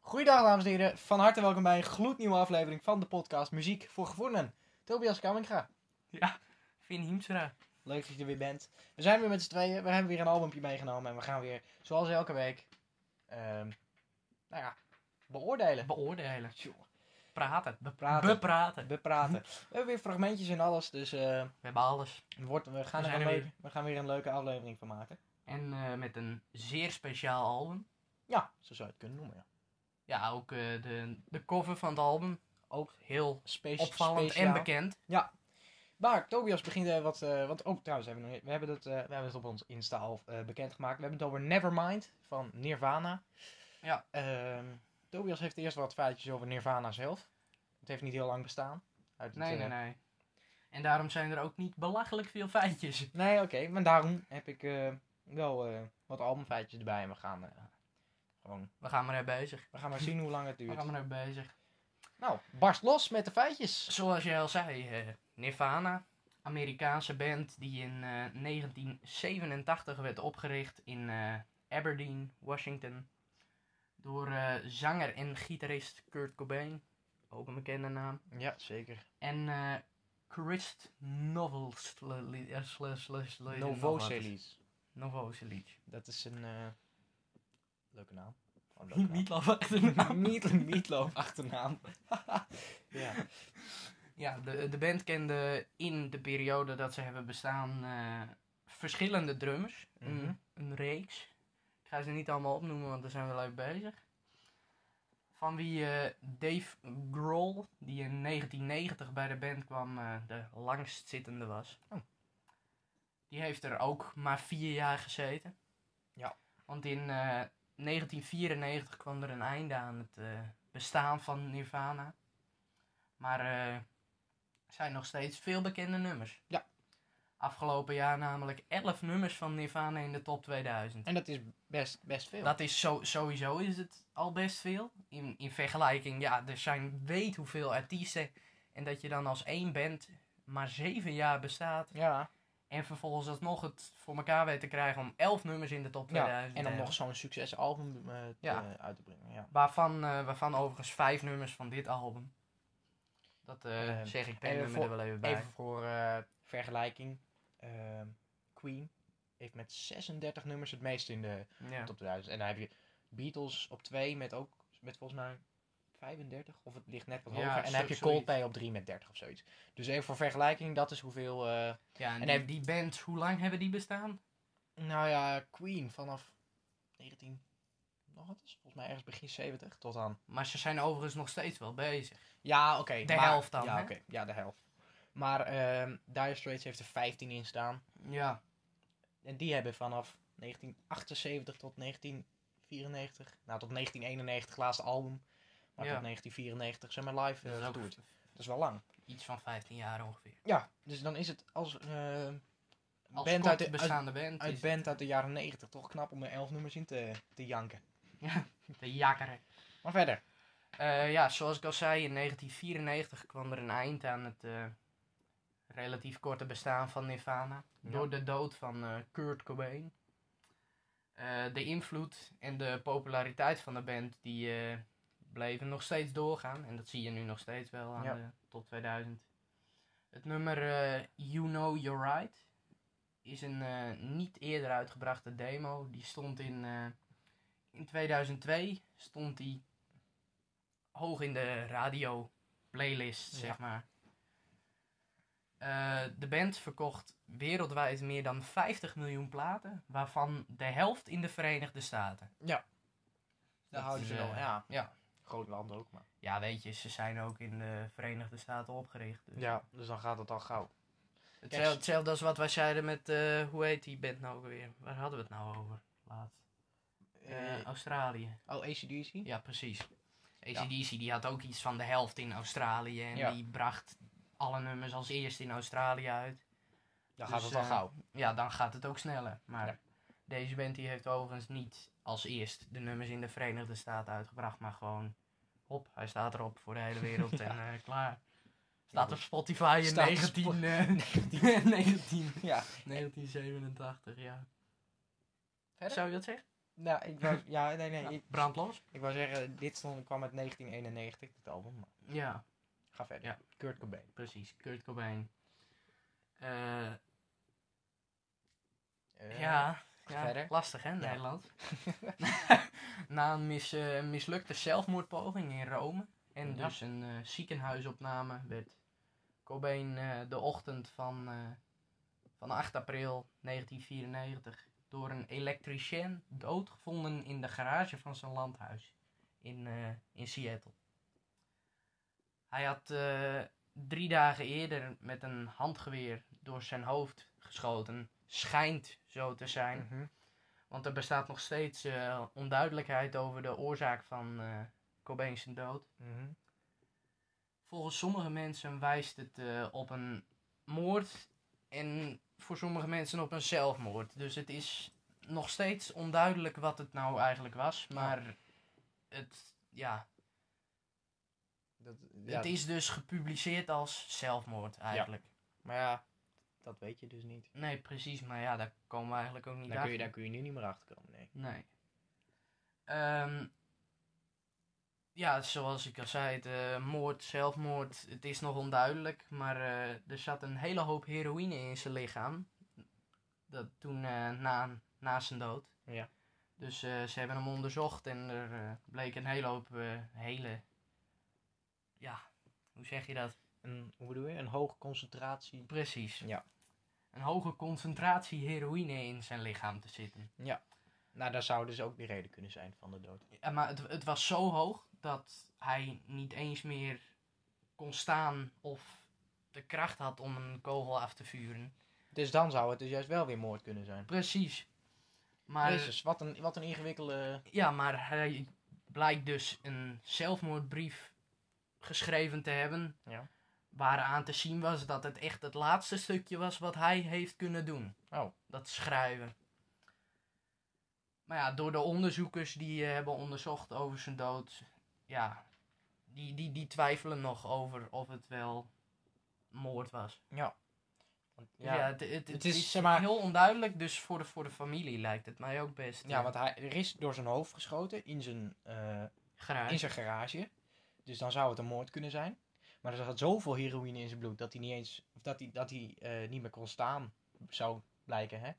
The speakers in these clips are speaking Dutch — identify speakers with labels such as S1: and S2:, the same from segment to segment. S1: Goeiedag dames en heren, van harte welkom bij een gloednieuwe aflevering van de podcast Muziek voor Gevonden. Tobias Kamminga,
S2: Ja, Finn Hiemstra.
S1: leuk dat je er weer bent. We zijn weer met z'n tweeën, we hebben weer een albumpje meegenomen en we gaan weer, zoals elke week, ehm, nou ja, beoordelen,
S2: Beoordelen.
S1: Tjonge.
S2: Praten.
S1: Bepraten.
S2: Bepraten.
S1: bepraten. We hebben weer fragmentjes en alles, dus eh,
S2: We hebben alles.
S1: wordt, we, gaan
S2: We
S1: er
S2: zijn
S1: een
S2: er
S1: leuke-
S2: weer.
S1: we gaan weer een leuke aflevering van maken.
S2: En eh, met een zeer speciaal album.
S1: Ja, zo zou je het kunnen noemen, ja.
S2: Ja, ook eh, de, de cover van het album. Ook heel
S1: Spe-
S2: opvallend
S1: speciaal.
S2: en bekend.
S1: Maar Tobias begint eh, wat, eh, want ook trouwens, hebben we, nog niet- we, hebben het, eh, we hebben het op ons Insta al eh, bekendgemaakt. We hebben het over Nevermind van Nirvana.
S2: Ja.
S1: Ehm, Tobias heeft eerst wat feitjes over Nirvana zelf. Het heeft niet heel lang bestaan. Uit het,
S2: Nee,
S1: eh,
S2: nee, nee. En daarom zijn er ook niet belachelijk veel feitjes.
S1: nee, oké. maar daarom heb ik eh, wel eh, wat albumfeitjes erbij. En we gaan, eh, gewoon,
S2: We gaan maar naar bezig.
S1: we gaan maar zien hoe lang het
S2: We
S1: duurt.
S2: gaan maar naar bezig.
S1: Nou, barst los met de feitjes.
S2: Zoals jij al zei, eh, Nirvana. Amerikaanse band die in eh, 1987 werd opgericht in eh, Aberdeen, Washington. Door eh, zanger en gitarist Kurt Cobain. Ook een bekende naam.
S1: Ja, zeker.
S2: En eh Christ eh, Novoselic.
S1: Novoselies.
S2: Novoselic.
S1: Dat is een eh, leuke naam. Gewoon een leuke naam.
S2: Meatloaf achternaam.
S1: Meat, meatloaf achternaam. ja.
S2: Ja, de, de band kende in de periode dat ze hebben bestaan eh, verschillende drummers.
S1: Mhm.
S2: Een, een reeks. Ik ga ze niet allemaal opnoemen, want daar zijn we leuk bezig. Van wie eh, Dave Grohl, die in 1990 bij de band kwam, eh, de langstzittende was.
S1: Oh.
S2: Die heeft er ook maar vier jaar gezeten.
S1: Ja.
S2: Want in eh, 1994 kwam er een einde aan het eh, bestaan van Nirvana. Maar eh, er zijn nog steeds veel bekende nummers.
S1: Ja.
S2: Afgelopen jaar namelijk 11 nummers van Nirvana in de top 2000.
S1: En dat is best, best veel.
S2: Dat is zo, sowieso is het al best veel. In, in vergelijking, ja, er zijn weet hoeveel artiesten. En dat je dan als één band maar zeven jaar bestaat.
S1: ja.
S2: En vervolgens alsnog het voor elkaar weet te krijgen om 11 nummers in de top 2000
S1: En
S2: te
S1: om nog
S2: hebben.
S1: zo'n succesalbum eh, te-
S2: Ja.
S1: uit te brengen. Ja.
S2: Waarvan, eh, waarvan overigens vijf nummers van dit album. Dat eh,
S1: Eh,
S2: zeg ik per
S1: even
S2: nummer
S1: voor-
S2: er wel even bij.
S1: Even voor eh, vergelijking. ehm, Queen heeft met 36 nummers het meest in de
S2: Ja.
S1: top 2000. En dan heb je Beatles op 2 met ook, met volgens mij 35. Of het ligt net wat
S2: Ja,
S1: hoger. En dan
S2: zo-
S1: heb je
S2: zoiets.
S1: Coldplay op 3 met 30 of zoiets. Dus even voor vergelijking, dat is hoeveel... eh,
S2: Ja,
S1: En
S2: en, die,
S1: heb-
S2: die band, hoe lang hebben die bestaan?
S1: Nou ja, Queen vanaf 19. Nog wat is? Volgens mij ergens begin 70 tot aan.
S2: Maar ze zijn overigens nog steeds wel bezig.
S1: Ja, oké.
S2: De
S1: maar-
S2: helft dan,
S1: Ja,
S2: hè?
S1: oké, ja, de helft. Maar ehm Dire Straits heeft er 15 in staan.
S2: Ja.
S1: En die hebben vanaf 1978 tot 1994. Nou, tot 1991, het laatste album. Maar
S2: Ja.
S1: tot 1994 zijn maar live
S2: Dat
S1: eh
S2: is ook
S1: getoerd. Dat is wel lang.
S2: iets van 15 jaar ongeveer.
S1: Ja, dus dan is het als. eh
S2: Als
S1: band
S2: kort
S1: uit, de, uit,
S2: bestaande band.
S1: uit
S2: is
S1: band uit de jaren 90 toch knap om er 11 nummers in te, te janken.
S2: De jakkeren.
S1: Maar verder.
S2: Eh, ja, zoals ik al zei, in 1994 kwam er een eind aan het eh, relatief korte bestaan van Nirvana.
S1: Ja.
S2: Door de dood van eh, Kurt Cobain. Eh, de invloed en de populariteit van de band die eh, bleven nog steeds doorgaan. En dat zie je nu nog steeds wel aan
S1: Ja.
S2: de top 2000. Het nummer eh, You Know You're Right is een eh, niet eerder uitgebrachte demo. Die stond in, eh, in 2002 stond die hoog in de radio playlist,
S1: Ja.
S2: zeg maar. Eh, de band verkocht wereldwijd meer dan 50 miljoen platen, waarvan de helft in de Verenigde Staten.
S1: Daar
S2: Dat
S1: houden
S2: is,
S1: ze wel,
S2: eh,
S1: ja.
S2: ja.
S1: Groot land ook, maar.
S2: Ja, weet je, ze zijn ook in de Verenigde Staten opgericht. dus
S1: Ja, dus dan gaat het al gauw.
S2: Hetzelfde, hetzelfde als wat wij zeiden met, eh, hoe heet die band nou ook weer? Waar hadden we het nou over laatst? Eh, Australië.
S1: oh, ACDC?
S2: Ja, precies. ACDC die had ook iets van de helft in Australië en
S1: Ja.
S2: die bracht alle nummers als eerste in Australië uit.
S1: Dan
S2: dus,
S1: gaat het al
S2: eh,
S1: gauw.
S2: Ja, dan gaat het ook sneller. Maar
S1: Ja.
S2: deze band die heeft overigens niet als eerst de nummers in de Verenigde Staten uitgebracht, maar gewoon hop, hij staat erop voor de hele wereld
S1: Ja.
S2: en eh, klaar. Staat op Spotify in
S1: Staat op
S2: 19,
S1: Spo-
S2: eh, 19,
S1: Ja.
S2: 1987, ja.
S1: Verder?
S2: Zou je dat zeggen?
S1: Nou, ik wou, ja, nee, nee. Ik,
S2: Brandlos?
S1: ik wou zeggen, dit stond, kwam uit 1991, dit album. Maar
S2: Ja,
S1: ga verder.
S2: Ja.
S1: Kurt Cobain.
S2: precies. Kurt Cobain. Eh,
S1: Eh,
S2: ja, ja,
S1: verder.
S2: lastig hè, Nederland. Na een mis, eh, mislukte zelfmoordpoging in Rome en
S1: Ja.
S2: dus een eh, ziekenhuisopname werd Cobain eh, de ochtend van, eh, van 8 april 1994 door een elektricien doodgevonden in de garage van zijn landhuis in, eh, in Seattle. Hij had eh, drie dagen eerder met een handgeweer door zijn hoofd geschoten. Schijnt zo te zijn.
S1: Mhm.
S2: Want er bestaat nog steeds eh, onduidelijkheid over de oorzaak van eh Cobain's dood.
S1: Mhm.
S2: Volgens sommige mensen wijst het eh, op een moord en voor sommige mensen op een zelfmoord. Dus het is nog steeds onduidelijk wat het nou eigenlijk was. Maar het, ja,
S1: Dat, ja,
S2: het is dus gepubliceerd als zelfmoord eigenlijk.
S1: Maar ja, dat weet je dus niet.
S2: Nee, precies. Maar ja, daar komen we eigenlijk ook niet
S1: Daar kun, je,
S2: achter.
S1: daar kun je nu niet meer achter komen, nee.
S2: Nee. Ehm, ja, zoals ik al zei, het, eh, moord, zelfmoord, het is nog onduidelijk. Maar eh, er zat een hele hoop heroïne in zijn lichaam. Dat toen eh, na, na zijn dood.
S1: Ja.
S2: Dus eh, ze hebben hem onderzocht en er eh, bleek een hele hoop eh, hele. Ja, hoe zeg je dat?
S1: Een, hoe bedoel je? Een hoge concentratie.
S2: Precies.
S1: Ja.
S2: Een hoge concentratie heroïne in zijn lichaam te zitten.
S1: Nou, dat zou dus ook de reden kunnen zijn van de dood.
S2: Ja, maar het, het was zo hoog dat hij niet eens meer kon staan of de kracht had om een kogel af te vuren.
S1: Dus dan zou het dus juist wel weer moord kunnen zijn.
S2: Precies. Maar,
S1: Jezus, wat een, wat een ingewikkelde...
S2: Ja, maar hij blijkt dus een zelfmoordbrief geschreven te hebben.
S1: Ja.
S2: Waaraan te zien was dat het echt het laatste stukje was wat hij heeft kunnen doen.
S1: Oh.
S2: Dat schrijven. Maar ja, door de onderzoekers die eh, hebben onderzocht over zijn dood. Ja, die, die, die twijfelen nog over of het wel moord was. Dus
S1: Want,
S2: Ja,
S1: ja,
S2: het, het, het
S1: Het is,
S2: is,
S1: zeg maar-
S2: heel onduidelijk. Dus voor de, voor de familie lijkt het mij ook best.
S1: ja,
S2: eh,
S1: want hij, er is door zijn hoofd geschoten in zijn, eh,
S2: graag.
S1: in zijn garage. Dus dan zou het een moord kunnen zijn. Maar er zat zoveel heroïne in zijn bloed dat hij niet eens... Of dat hij, dat hij eh, niet meer kon staan, zou blijken, hè.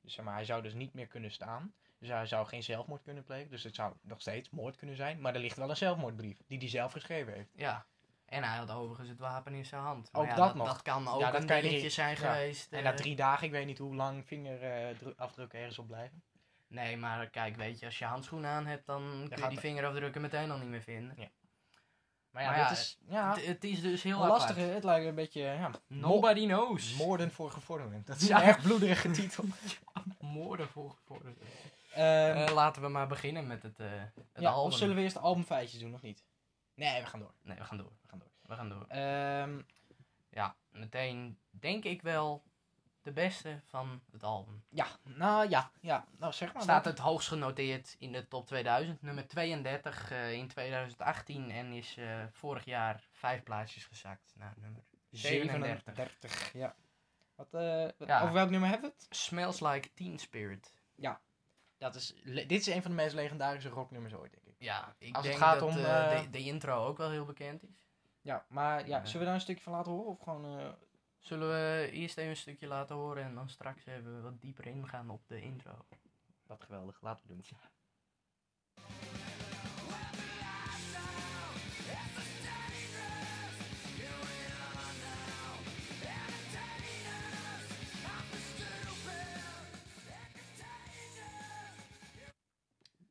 S1: Dus zeg maar, hij zou dus niet meer kunnen staan. Dus hij zou geen zelfmoord kunnen plegen. Dus het zou nog steeds moord kunnen zijn. Maar er ligt wel een zelfmoordbrief die hij zelf geschreven heeft.
S2: Ja. En hij had overigens het wapen in zijn hand.
S1: Ook
S2: Maar ja,
S1: dat nog.
S2: Dat kan ook
S1: dat
S2: een
S1: kan je
S2: dingetje
S1: niet-
S2: zijn
S1: ja.
S2: geweest.
S1: En
S2: eh.
S1: na drie dagen, ik weet niet hoe lang vingerafdrukken ergens op blijven.
S2: Nee, maar kijk, weet je, als je handschoenen aan hebt, dan kun je
S1: gaat
S2: die
S1: het.
S2: vingerafdrukken meteen al niet meer vinden.
S1: Maar ja,
S2: Maar ja,
S1: dit is ja,
S2: Het, het is dus heel
S1: een lastige.
S2: apart.
S1: Het lijkt een beetje ja,
S2: Nobody knows.
S1: moorden voor gevorderden. Dat is
S2: Ja.
S1: een erg bloederige titel.
S2: Moorden voor voor-
S1: Ehm,
S2: Eh, laten we maar beginnen met het, eh het
S1: ja,
S2: album.
S1: Of zullen we eerst de albumfeitjes doen, of niet? Nee, we gaan door.
S2: Nee, we gaan door.
S1: We gaan door.
S2: We gaan door.
S1: Ehm,
S2: Ja, meteen denk ik wel de beste van het album.
S1: ja, nou ja, ja. Nou zeg maar.
S2: Staat
S1: dat-
S2: het hoogst genoteerd in de top 2000. Nummer 32 eh, in 2018 en is eh, vorig jaar vijf plaatsjes gezakt naar nummer 37.
S1: 37, ja. Wat, eh, wat-
S2: Ja.
S1: Over welk nummer hebben we het?
S2: Smells Like Teen Spirit.
S1: Dat is, le- dit is een van de meest legendarische rocknummers ooit, denk ik.
S2: Ja, ik
S1: Als het
S2: denk
S1: gaat
S2: dat
S1: om,
S2: eh,
S1: eh,
S2: de, de intro ook wel heel bekend is.
S1: Ja, maar ja,
S2: Ja.
S1: zullen we daar een stukje van laten horen? Of gewoon... eh,
S2: Zullen we eerst even een stukje laten horen en dan straks even wat dieper ingaan op de intro.
S1: Wat geweldig, laten we doen.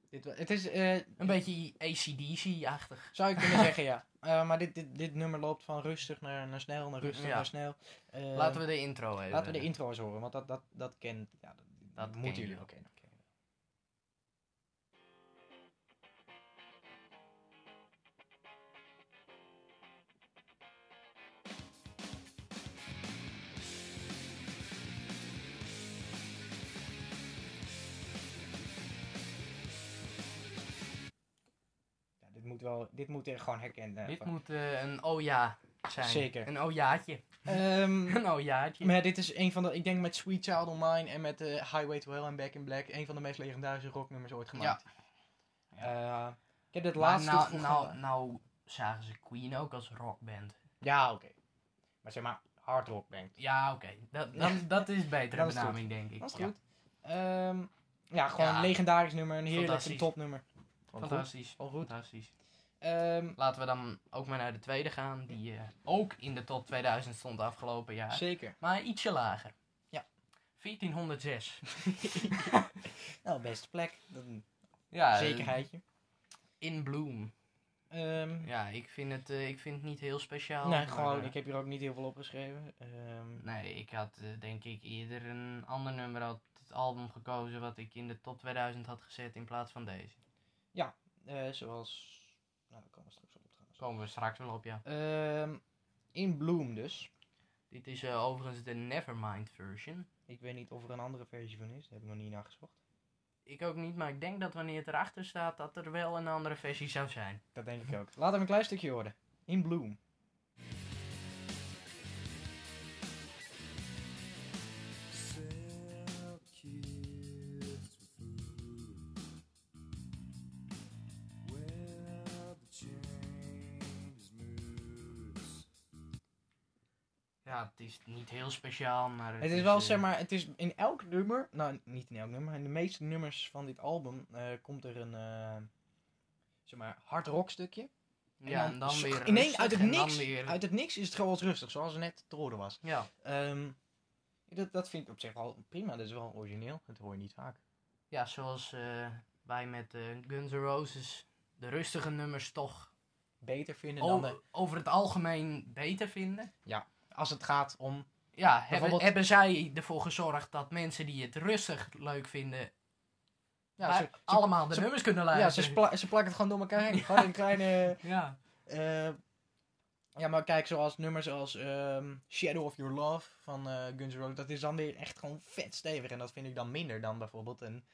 S1: Dit, wa- het is, eh,
S2: Een beetje ACDC-achtig.
S1: zou ik kunnen zeggen, ja. Eh, maar dit, dit, dit nummer loopt van rustig naar, naar snel, naar rustig
S2: Ja.
S1: naar snel. Eh,
S2: laten we de intro even.
S1: laten we de intro eens horen, want dat, dat, dat kent... Ja, dat,
S2: Dat
S1: dat
S2: ken
S1: moeten
S2: je
S1: jullie
S2: wel.
S1: ook kennen. Ja, dit Dit moet, wel, dit moet er gewoon herkend eh,
S2: Dit
S1: van-
S2: moet eh, een oh ja zijn.
S1: Zeker.
S2: Een oh jaatje.
S1: Ehm,
S2: Een oh jaatje.
S1: Maar ja, dit is een van de, ik denk met Sweet Child O' Mine en met eh, Highway to Hell en Back in Black, een van de meest legendarische rocknummers ooit gemaakt. Eh, ik heb dit
S2: Maar
S1: laatste.
S2: nou, nou, nou zagen ze Queen ook als rockband.
S1: Ja, oké. Maar zeg maar, hard rock band.
S2: Ja, oké. Dat, dan, dat is betere
S1: Dat is
S2: benaming, denk ik.
S1: Dat is
S2: Ja.
S1: goed. Ehm, ja, gewoon
S2: Ja.
S1: een legendarisch nummer, een heerlijk een
S2: Fantastisch.
S1: topnummer. Gewoon goed.
S2: Fantastisch.
S1: Al goed.
S2: Fantastisch.
S1: Ehm,
S2: Laten we dan ook maar naar de tweede gaan, die eh, ook in de top 2000 stond afgelopen jaar.
S1: Zeker.
S2: Maar ietsje lager.
S1: Ja.
S2: 1406.
S1: Nou, beste plek. Dat een
S2: ja, eh,
S1: zekerheidje.
S2: In Bloom.
S1: Ehm,
S2: Ja, ik vind het, eh, ik vind het niet heel speciaal.
S1: nee,
S2: maar,
S1: gewoon,
S2: eh,
S1: ik heb hier ook niet heel veel opgeschreven. Ehm,
S2: Nee, ik had eh, denk ik eerder een ander nummer uit het album gekozen wat ik in de top 2000 had gezet in plaats van deze.
S1: eh, zoals. Nou, daar komen we straks op trouwens.
S2: Komen we straks wel op, ja.
S1: Ehm, in Bloom dus.
S2: Dit is eh, overigens de Nevermind version.
S1: Ik weet niet of er een andere versie van is. Daar heb ik nog niet naar gezocht.
S2: Ik ook niet, maar ik denk dat wanneer het erachter staat dat er wel een andere versie zou zijn.
S1: Dat denk ik ook. Laten we een klein stukje horen. In Bloom.
S2: Ja, het is niet heel speciaal, maar...
S1: Het is wel,
S2: eh,
S1: zeg maar, het is in elk nummer, nou niet in elk nummer, in de meeste nummers van dit album eh, komt er een, eh, zeg maar, hard rock stukje.
S2: Ja, en dan
S1: zo-
S2: weer
S1: ineens
S2: rustig
S1: uit het
S2: en
S1: niks,
S2: dan weer-
S1: uit het niks is het gewoon wat rustig, zoals het net te horen was.
S2: Ja,
S1: Ehm, dat, dat vind ik op zich wel prima, dat is wel origineel, dat hoor je niet vaak.
S2: ja zoals eh, wij met eh, Guns N' Roses de rustige nummers toch
S1: Beter vinden dan
S2: over,
S1: de,
S2: over het algemeen beter vinden.
S1: als het gaat om,
S2: Ja, hebben,
S1: Bijvoorbeeld-
S2: hebben zij ervoor gezorgd dat mensen die het rustig leuk vinden,
S1: ja,
S2: bij-
S1: ze, ze-
S2: allemaal de
S1: ze-
S2: nummers kunnen
S1: ja, ze,
S2: luisteren?
S1: spla- ze plakken het gewoon door elkaar heen. Gewoon een kleine,
S2: Ja.
S1: Eh, ja, maar kijk, zoals nummers als ehm, Shadow of Your Love van eh, Guns N' Roses, dat is dan weer echt gewoon vet stevig. En dat vind ik dan minder dan bijvoorbeeld een,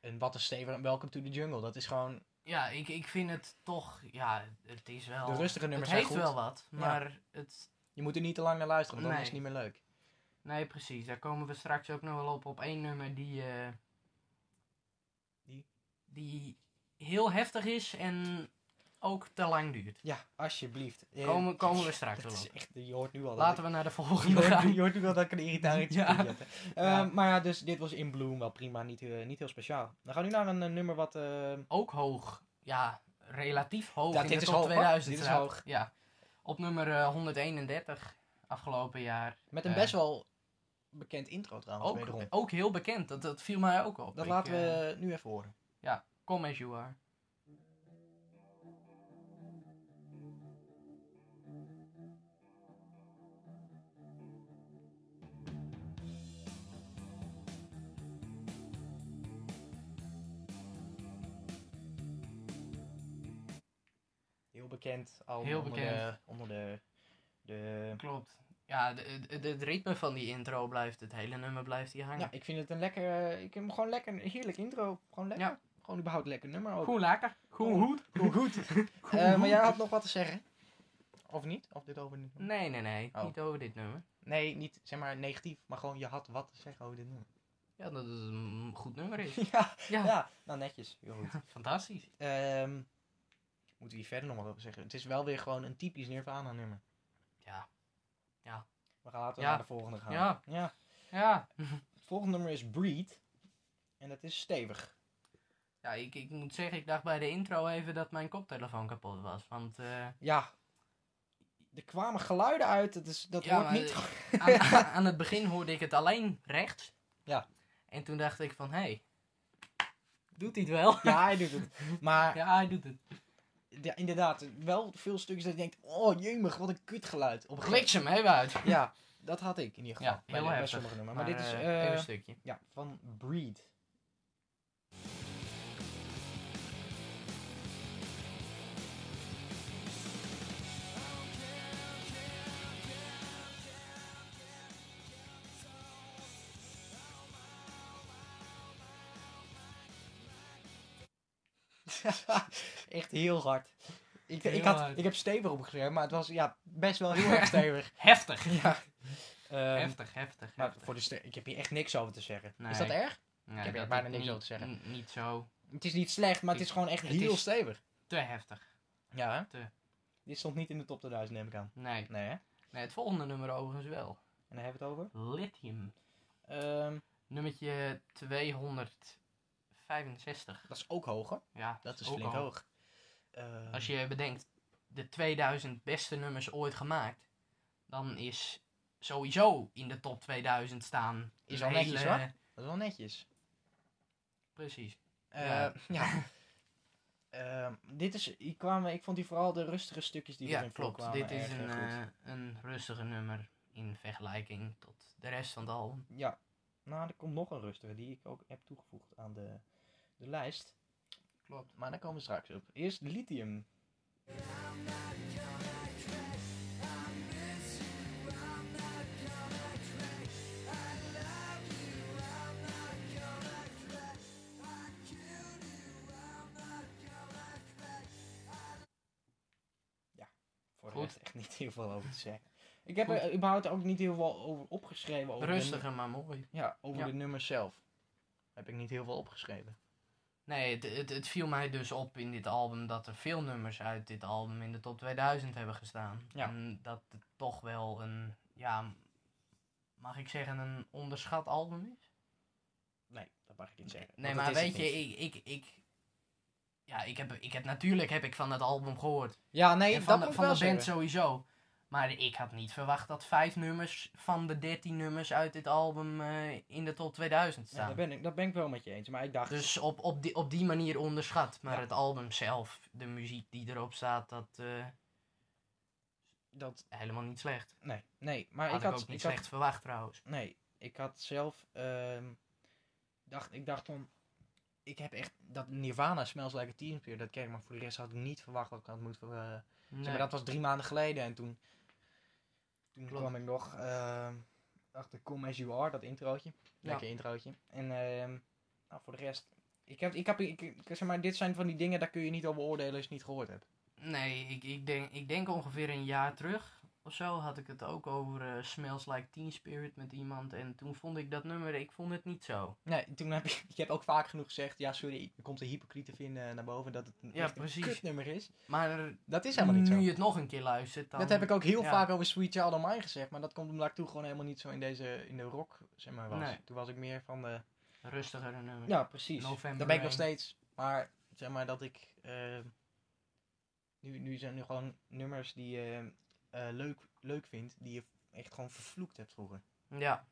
S1: een Wat is stevig en Welcome to the Jungle. Dat is gewoon,
S2: Ja, ik, ik vind het toch, ja, het is wel...
S1: de rustige nummers
S2: Het heeft
S1: zijn goed.
S2: wel wat, maar het...
S1: Je moet er niet te lang naar luisteren, want dan
S2: Nee.
S1: is het niet meer leuk.
S2: Nee, precies. Daar komen we straks ook nog wel op, op één nummer die... eh,
S1: Die?
S2: Die heel heftig is en ook te lang duurt.
S1: Ja, alsjeblieft. Eh,
S2: Komen, komen we straks
S1: dat
S2: wel
S1: is
S2: op.
S1: echt, je hoort nu al. dat
S2: Laten
S1: ik-
S2: we naar de
S1: je,
S2: volgende
S1: hoort,
S2: gaan.
S1: je hoort nu al dat ik een irritatie
S2: Ja.
S1: heb. Eh,
S2: Ja.
S1: Maar ja, dus dit was In Bloom wel prima, niet, eh, niet heel speciaal. Dan gaan we nu naar een eh, nummer wat... eh,
S2: ook hoog. Ja, relatief hoog
S1: Ja,
S2: in
S1: dit
S2: de
S1: is
S2: top
S1: hoog, hoor.
S2: 2000
S1: Dit is
S2: staat.
S1: hoog.
S2: Ja. Op nummer eh, 131 afgelopen jaar.
S1: met een
S2: Eh.
S1: best wel bekend intro trouwens,
S2: Ook,
S1: wederom.
S2: ook heel bekend. Dat, dat viel mij ook op.
S1: Dat
S2: Ik,
S1: laten
S2: eh,
S1: we nu even horen.
S2: Come as you are.
S1: Heel bekend. Al
S2: Heel
S1: onder
S2: bekend.
S1: De, onder de, de...
S2: Klopt. Ja, de- de- de- het ritme van die intro blijft, het hele nummer blijft hier hangen.
S1: Ja, ik vind het een lekker... eh, Ik vind hem gewoon lekker. Een heerlijk intro. Gewoon lekker.
S2: Ja.
S1: Gewoon überhaupt een lekker nummer ook.
S2: Goed lekker. Goed goed.
S1: Goed, goed.
S2: Goed,
S1: Eh,
S2: goed.
S1: maar jij had nog wat te zeggen. Of niet? Of dit over...
S2: Nee, nee, nee.
S1: Oh.
S2: Niet over dit nummer.
S1: Nee, niet zeg maar negatief. Maar gewoon je had wat te zeggen over dit nummer.
S2: Ja, dat het een goed nummer is.
S1: ja,
S2: Ja,
S1: ja. Nou, netjes. Heel goed.
S2: fantastisch.
S1: Ehm, moeten we hier verder nog wat over zeggen? Het is wel weer gewoon een typisch Nirvana nummer.
S2: Ja.
S1: We gaan laten we
S2: Ja.
S1: naar de volgende gaan.
S2: Ja.
S1: ja.
S2: Ja.
S1: Het volgende nummer is Breed. En dat is stevig.
S2: Ja, ik, ik moet zeggen, ik dacht bij de intro even dat mijn koptelefoon kapot was. Want eh,
S1: Ja. Er kwamen geluiden uit, dat, is, dat
S2: Ja,
S1: hoort
S2: maar,
S1: niet.
S2: aan, aan- aan het begin hoorde ik het alleen rechts.
S1: Ja.
S2: En toen dacht ik van, hé, hey, doet hij het wel?
S1: Ja, hij doet het. Maar
S2: Ja, hij doet het.
S1: ja, inderdaad, wel veel stukjes dat je denkt, oh jemig, wat een kutgeluid. Op een gegeven
S2: Bliksem, hè, uit.
S1: moment- Ja, dat had ik in ieder geval.
S2: Ja,
S1: bij
S2: heel
S1: de- bij
S2: heftig.
S1: sommige nummers. Maar, dit is
S2: eh, even
S1: eh,
S2: een stukje.
S1: ja, van Breed. Echt heel hard. Ik,
S2: Heel
S1: ik, had,
S2: hard.
S1: ik heb stevig opgeschreven, maar het was ja, best wel heel erg stevig.
S2: Heftig.
S1: ja. Ehm,
S2: heftig, heftig,
S1: maar
S2: heftig.
S1: voor de ste- ik heb hier echt niks over te zeggen.
S2: Nee.
S1: Is dat erg?
S2: Nee,
S1: ik heb er
S2: dat
S1: bijna
S2: is
S1: niks
S2: niet-
S1: over te zeggen.
S2: n- Niet zo.
S1: Het is niet slecht, maar het is gewoon echt
S2: Het
S1: heel
S2: is-
S1: stevig.
S2: Te heftig.
S1: Ja, hè?
S2: te-
S1: Dit stond niet in de top 2000, neem ik aan.
S2: Nee.
S1: Nee, hè? En
S2: nee. Het volgende nummer overigens wel.
S1: daar hebben we het over.
S2: Lithium.
S1: Ehm,
S2: Nummertje 265.
S1: dat is ook hoger.
S2: Ja,
S1: Dat is
S2: ook
S1: flink
S2: al.
S1: hoog. Ehm,
S2: Als je bedenkt, de 2000 beste nummers ooit gemaakt, dan is sowieso in de top 2000 staan.
S1: Is
S2: een
S1: al netjes, hoor. Dat is wel netjes.
S2: Precies.
S1: Eh,
S2: Ja.
S1: ja. Ehm, dit is, hier kwamen, ik vond die vooral de rustige stukjes die
S2: ja,
S1: erin
S2: klopt.
S1: voorkwamen
S2: Dit is
S1: erg,
S2: een,
S1: eh, goed.
S2: eh, een rustige nummer in vergelijking tot de rest van de album.
S1: Ja, nou, er komt nog een rustige die ik ook heb toegevoegd aan de, de lijst.
S2: Klopt.
S1: Maar daar komen we straks op. Eerst lithium. Ja, voor de
S2: Goed.
S1: rest echt niet heel veel over te zeggen. Ik heb er überhaupt ook niet heel veel over opgeschreven. Over de nu-
S2: Rustiger, maar mooi.
S1: ja, over
S2: Ja.
S1: de nummers zelf. Heb ik niet heel veel opgeschreven.
S2: Nee, het, het, het viel mij dus op in dit album dat er veel nummers uit dit album in de top 2000 hebben gestaan.
S1: Ja.
S2: En dat het toch wel een, ja, mag ik zeggen, een onderschat album is.
S1: Nee, dat mag ik niet zeggen.
S2: Nee,
S1: want
S2: maar
S1: dat is het
S2: weet je,
S1: niet.
S2: ik, ik, ik, ja, ik heb, ik heb, natuurlijk heb ik van dat album gehoord.
S1: Ja, nee,
S2: en
S1: dat
S2: van
S1: moet
S2: de,
S1: ik
S2: van
S1: wel
S2: de band
S1: zeggen.
S2: sowieso. Maar ik had niet verwacht dat vijf nummers van de dertien nummers uit dit album eh, in de top 2000
S1: Ja,
S2: staan.
S1: dat, ben ik, dat ben ik wel met je eens. Maar ik dacht,
S2: Dus op, op, die, op die manier onderschat. Maar
S1: Ja.
S2: het album zelf, de muziek die erop staat, dat eh,
S1: dat...
S2: helemaal niet slecht.
S1: Nee, nee. Maar
S2: had
S1: ik had...
S2: ook niet
S1: ik had-
S2: slecht verwacht trouwens.
S1: nee, ik had zelf... ehm, dacht, ik dacht van... Ik heb echt... Dat Nirvana Smells Like a Teen Spirit, dat ken ik. Maar voor de rest had ik niet verwacht dat ik dat moet... eh,
S2: Nee.
S1: Zeg maar, dat was drie maanden geleden. En toen... Toen
S2: Klopt.
S1: kwam ik nog... ehm achter Come As You Are, dat introotje. Lekker introotje. En ehm, nou, voor de rest... Ik heb, ik heb, ik, ik- zeg maar, dit zijn van die dingen, daar kun je niet over oordelen als je het niet gehoord hebt.
S2: Nee, ik, ik, denk, ik denk ongeveer een jaar terug of zo had ik het ook over eh, Smells Like Teen Spirit met iemand. En toen vond ik dat nummer, ik vond het niet zo.
S1: Nee, toen heb je, je hebt ook vaak genoeg gezegd, ja sorry, er komt een hypocriete vin eh, naar boven dat het een,
S2: Ja,
S1: echt een
S2: precies.
S1: kutnummer is.
S2: Maar
S1: Dat is helemaal
S2: nu
S1: niet zo.
S2: je het nog een keer luistert, dan...
S1: dat heb ik ook heel
S2: ja.
S1: vaak over Sweet Child O' Mine gezegd, maar dat komt omdat ik toen gewoon helemaal niet zo in, deze, in de rock zeg maar, was.
S2: Nee.
S1: Toen was ik meer van de...
S2: rustigere nummer.
S1: Ja, precies.
S2: November
S1: Daar ben ik nog
S2: Rain.
S1: steeds. Maar zeg maar dat ik... eh, nu, nu zijn er gewoon nummers die je eh, leuk, leuk vindt, die je echt gewoon vervloekt hebt vroeger.
S2: Ja.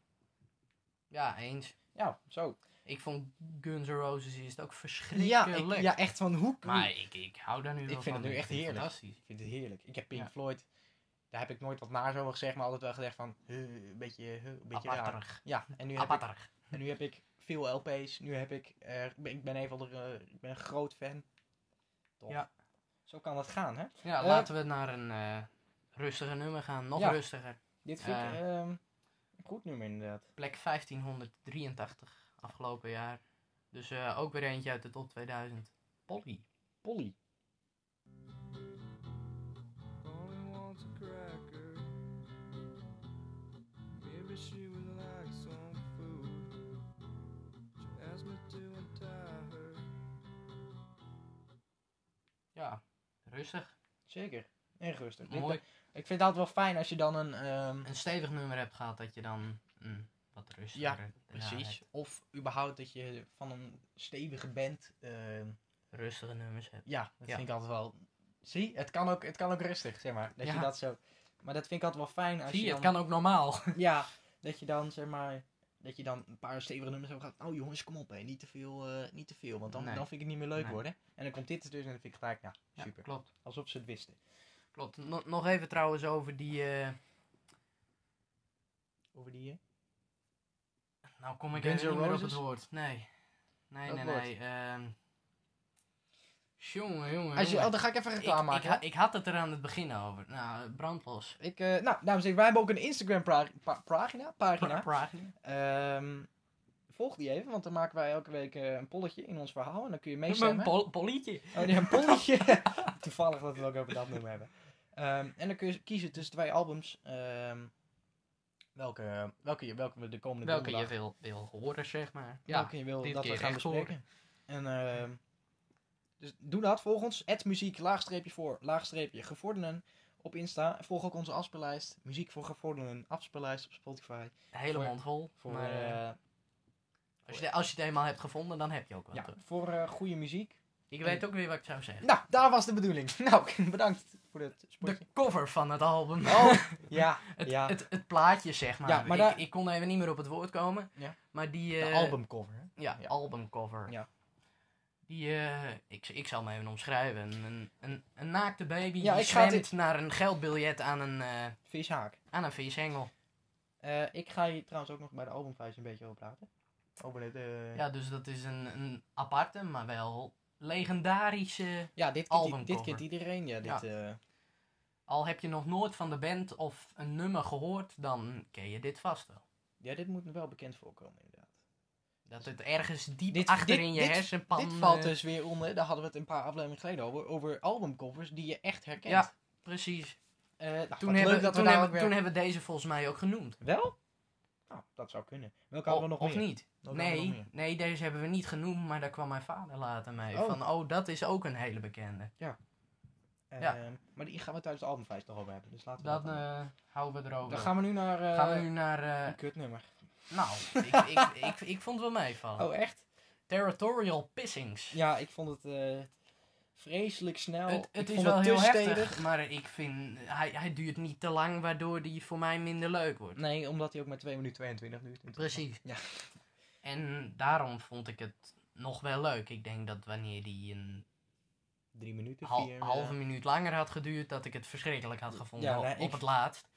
S2: Ja, eens.
S1: Ja, zo.
S2: Ik vond Guns N' Roses eerst ook verschrikkelijk.
S1: Ja, ik- ja, echt van hoe...
S2: Maar ik, ik hou daar nu
S1: Ik
S2: wel
S1: vind
S2: van.
S1: het nu echt heerlijk.
S2: fantastisch.
S1: Ik vind het heerlijk. Ik heb Pink
S2: Ja.
S1: Floyd, daar heb ik nooit wat naars over gezegd, maar altijd wel gezegd van, huh, een beetje, huh, een beetje raar.
S2: Apatterig.
S1: Ja, en nu, heb ik,
S2: Apatterig.
S1: en nu heb ik veel LP's. Nu heb ik, eh, ik ben een van de, eh, ik ben een groot fan. Toch?
S2: Ja.
S1: Zo kan dat gaan, hè?
S2: Ja,
S1: Eh,
S2: laten we naar een eh, rustiger nummer gaan. Nog
S1: Ja.
S2: rustiger.
S1: Dit vind ik
S2: Eh.
S1: ehm, een goed nummer inderdaad.
S2: Plek 1583 afgelopen jaar. Dus eh, ook weer eentje uit de top 2000. Polly.
S1: Polly.
S3: only wants a cracker. Maybe she would like some food. She asked me to untie her.
S2: Ja, rustig.
S1: Zeker. Erg rustig. Dit- eh,
S2: Mooi.
S1: ik vind het altijd wel fijn als je dan een, ehm,
S2: Een stevig nummer hebt gehad dat je dan mm, wat rustiger... daarna
S1: precies,
S2: hebt.
S1: of überhaupt dat je van een stevige band ehm,
S2: Rustige nummers hebt.
S1: Ja, dat
S2: Ja.
S1: vind ik altijd wel. Zie, het kan ook, het kan ook rustig, zeg maar. Dat je
S2: Ja.
S1: dat zo. Maar dat vind ik altijd wel fijn als
S2: Zie je,
S1: je.
S2: het
S1: dan,
S2: kan ook normaal.
S1: Ja, dat je dan zeg maar. Dat je dan een paar stevige nummers zo gaat. Oh jongens, kom op, hè. Niet te veel, eh, niet te veel. Want dan,
S2: Nee.
S1: dan vind ik het niet meer leuk
S2: Nee.
S1: worden. En dan komt dit er dus en dan vind ik gelijk, ja,
S2: Ja,
S1: super.
S2: klopt.
S1: Alsof ze het wisten.
S2: Klopt. Nog- nog even trouwens over die... eh,
S1: Over die. eh,
S2: nou kom ik
S1: Guns
S2: even
S1: N'
S2: niet meer op
S1: Roses?
S2: het woord. Nee. Nee,
S1: Welk
S2: nee,
S1: woord?
S2: nee. ehm. jongen, jongen,
S1: Als je,
S2: jongen.
S1: oh, dan ga ik even
S2: ik,
S1: reclame
S2: ik,
S1: maken.
S2: ha-
S1: Ik,
S2: ik had het er aan het begin over. Nou, brandlos.
S1: eh, nou, dames en heren, wij hebben ook een Instagram pra- pa- pagina. pagina.
S2: Pra- pra-
S1: Ehm, volg die even, want dan maken wij elke week eh, een polletje in ons verhaal. En dan kun je
S2: Een
S1: meestemmen.
S2: pol- polietje.
S1: Oh nee, een polletje. Toevallig dat we het ook over dat nummer hebben. Ehm, en dan kun je kiezen tussen twee albums. ehm, welke, welke, je, welke we de komende
S2: Welke je
S1: donderdag-
S2: wil, wil horen, zeg maar. Ja,
S1: welke je wil
S2: dit
S1: dat we
S2: keer
S1: gaan
S2: recht voor.
S1: bespreken. En, ehm, dus doe dat volgens het muziek laagstreepje voor laagstreepje gevorderden op Insta. Volg ook onze afspeellijst. Muziek voor gevorderden afspeellijst op Spotify.
S2: hele
S1: voor-
S2: mond vol.
S1: Voor,
S2: maar eh,
S1: eh,
S2: als, je, de- als je het eenmaal hebt gevonden, dan heb je ook wat.
S1: ja,
S2: hoor.
S1: voor eh, goede muziek.
S2: Ik weet ook weer wat ik zou zeggen.
S1: Nou, daar was de bedoeling. Nou, bedankt voor dit spotje.
S2: De cover van het album.
S1: Oh, ja,
S2: Het,
S1: ja.
S2: het, het plaatje, zeg maar.
S1: Ja, maar
S2: ik,
S1: daar-
S2: ik kon even niet meer op het woord komen.
S1: Ja.
S2: Maar die...
S1: de
S2: eh,
S1: albumcover. hè?
S2: Ja,
S1: Ja.
S2: albumcover.
S1: Ja.
S2: Die, eh, ik, ik zal hem even omschrijven. Een, een, een naakte baby
S1: Ja,
S2: die
S1: ik ga
S2: zwemt naar een geldbiljet aan een, eh,
S1: Vishaak.
S2: aan een vishengel.
S1: Eh, ik ga hier trouwens ook nog bij de albumvuist een beetje over praten. Over het, eh, ja.
S2: Ja, dus dat is een, een aparte, maar wel legendarische...
S1: dit kent, i- dit
S2: Albumcover.
S1: kent iedereen. Ja, dit, eh,
S2: Al heb je nog nooit van de band of een nummer gehoord, dan ken je dit vast wel.
S1: ja, dit moet wel bekend voorkomen inderdaad.
S2: Dat het ergens diep
S1: Dit-
S2: achter
S1: dit-
S2: in je
S1: dit-
S2: hersenpan...
S1: dit valt
S2: eh,
S1: dus weer onder, daar hadden we het een paar afleveringen geleden over, over albumcovers die je echt herkent.
S2: Ja. Precies.
S1: Eh, nou,
S2: Toen
S1: wat
S2: hebben,
S1: leuk dat
S2: toen,
S1: we daar
S2: hebben,
S1: ook weer...
S2: toen hebben we deze volgens mij ook genoemd.
S1: Wel? Nou, dat zou kunnen. Welke
S2: Of,
S1: hadden we nog
S2: of
S1: meer?
S2: niet?
S1: Welke hadden we Oh, nog
S2: Nee,
S1: meer?
S2: nee, deze hebben we niet genoemd, maar daar kwam mijn vader later mee.
S1: Oh.
S2: Van, oh, dat is ook een hele bekende.
S1: En,
S2: Ja.
S1: ehm, maar die gaan we tijdens de albumvuist nog over hebben. Dus laten we dat
S2: Dat
S1: dan-
S2: eh, houden we erover.
S1: Dan gaan we nu naar eh
S2: Gaan we nu naar... eh,
S1: een kutnummer.
S2: nou, ik, ik, ik, ik vond het wel meevallen.
S1: Oh, echt?
S2: Territorial Pissings.
S1: Ja, ik vond het eh, vreselijk snel.
S2: het
S1: Ik
S2: het is
S1: vond het
S2: wel
S1: te
S2: heel
S1: stevig.
S2: heftig, maar ik vind... Hij, hij duurt niet te lang, waardoor die voor mij minder leuk wordt.
S1: Nee, omdat hij ook maar 2 minuten 22 duurt. in totaal.
S2: Precies.
S1: Ja.
S2: En daarom vond ik het nog wel leuk. Ik denk dat wanneer die een
S1: Drie minuten,
S2: hal-
S1: vier. eh,
S2: halve
S1: ja.
S2: minuut langer had geduurd, dat ik het verschrikkelijk had gevonden
S1: Ja,
S2: op,
S1: nee,
S2: op
S1: ik-
S2: het laatst.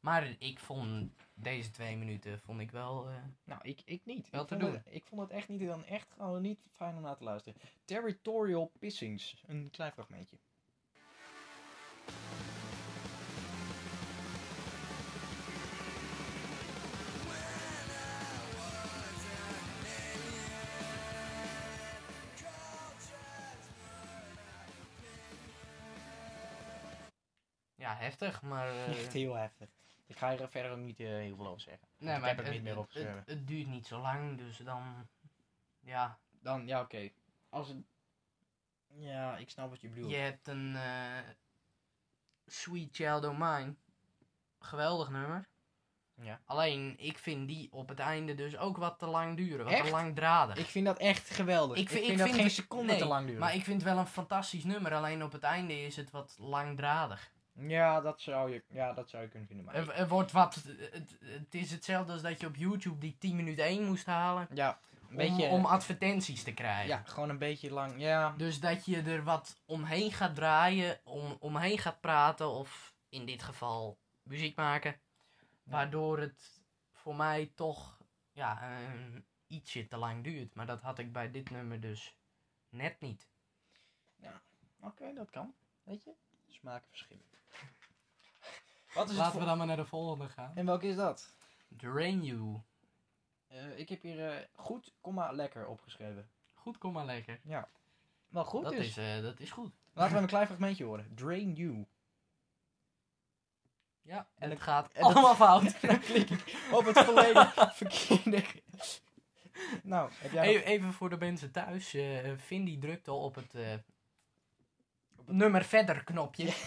S2: Maar ik vond deze twee minuten vond ik wel. eh,
S1: Nou, ik, ik niet.
S2: Wel
S1: ik
S2: te
S1: vond
S2: doen.
S1: Het, ik vond het echt niet, dan echt gewoon niet fijn om naar te luisteren. Territorial Pissings. Een klein fragmentje.
S2: ja, heftig, maar. eh,
S1: Echt heel heftig. Ik ga er verder ook niet eh, heel veel over zeggen.
S2: nee,
S1: ik
S2: maar
S1: heb het niet meer opgeschreven.
S2: het- het duurt niet zo lang, dus dan. Ja,
S1: Dan, ja, oké. Als het... Ja, ik snap wat je bedoelt.
S2: je hebt een. eh, Sweet Child O' Mine. Geweldig nummer.
S1: Ja.
S2: Alleen, ik vind die op het einde dus ook wat te lang duren. Wat
S1: Echt?
S2: te langdradig.
S1: Ik vind dat echt geweldig. Ik
S2: Ik
S1: vind,
S2: vind- ik
S1: dat
S2: vind
S1: geen
S2: het-
S1: seconde
S2: nee,
S1: te lang duren.
S2: Maar ik vind het wel een fantastisch nummer, alleen op het einde is het wat langdradig.
S1: Ja, dat zou je, ja, dat zou je kunnen vinden. Maar
S2: Er, er wordt wat, het, het is hetzelfde als dat je op YouTube die 10 minuut 1 moest halen
S1: Ja, een
S2: om,
S1: beetje.
S2: om advertenties te krijgen.
S1: ja, gewoon een beetje lang. Ja,
S2: Dus dat je er wat omheen gaat draaien, om, omheen gaat praten of in dit geval muziek maken. Waardoor het voor mij toch ja, een ietsje te lang duurt. Maar dat had ik bij dit nummer dus net niet.
S1: oké, dat kan. Weet je? Smaken verschillen. Wat is het
S2: Laten
S1: voor-
S2: we dan maar naar de volgende gaan.
S1: En welke is dat?
S2: Drain You.
S1: Eh, ik heb hier eh, goed, komma lekker opgeschreven.
S2: Goed, kom maar lekker.
S1: Wel goed
S2: dat,
S1: dus.
S2: is, eh, dat is goed.
S1: Laten we een klein fragmentje horen. Drain you.
S2: Ja,
S1: en het
S2: en het gaat
S1: en dat-
S2: allemaal fout.
S1: Dan klik ik op het volledig verkeerde. Nou, heb jij nog-
S2: Even, even voor de mensen thuis. eh vind die drukte op het eh, nummer verder knopje.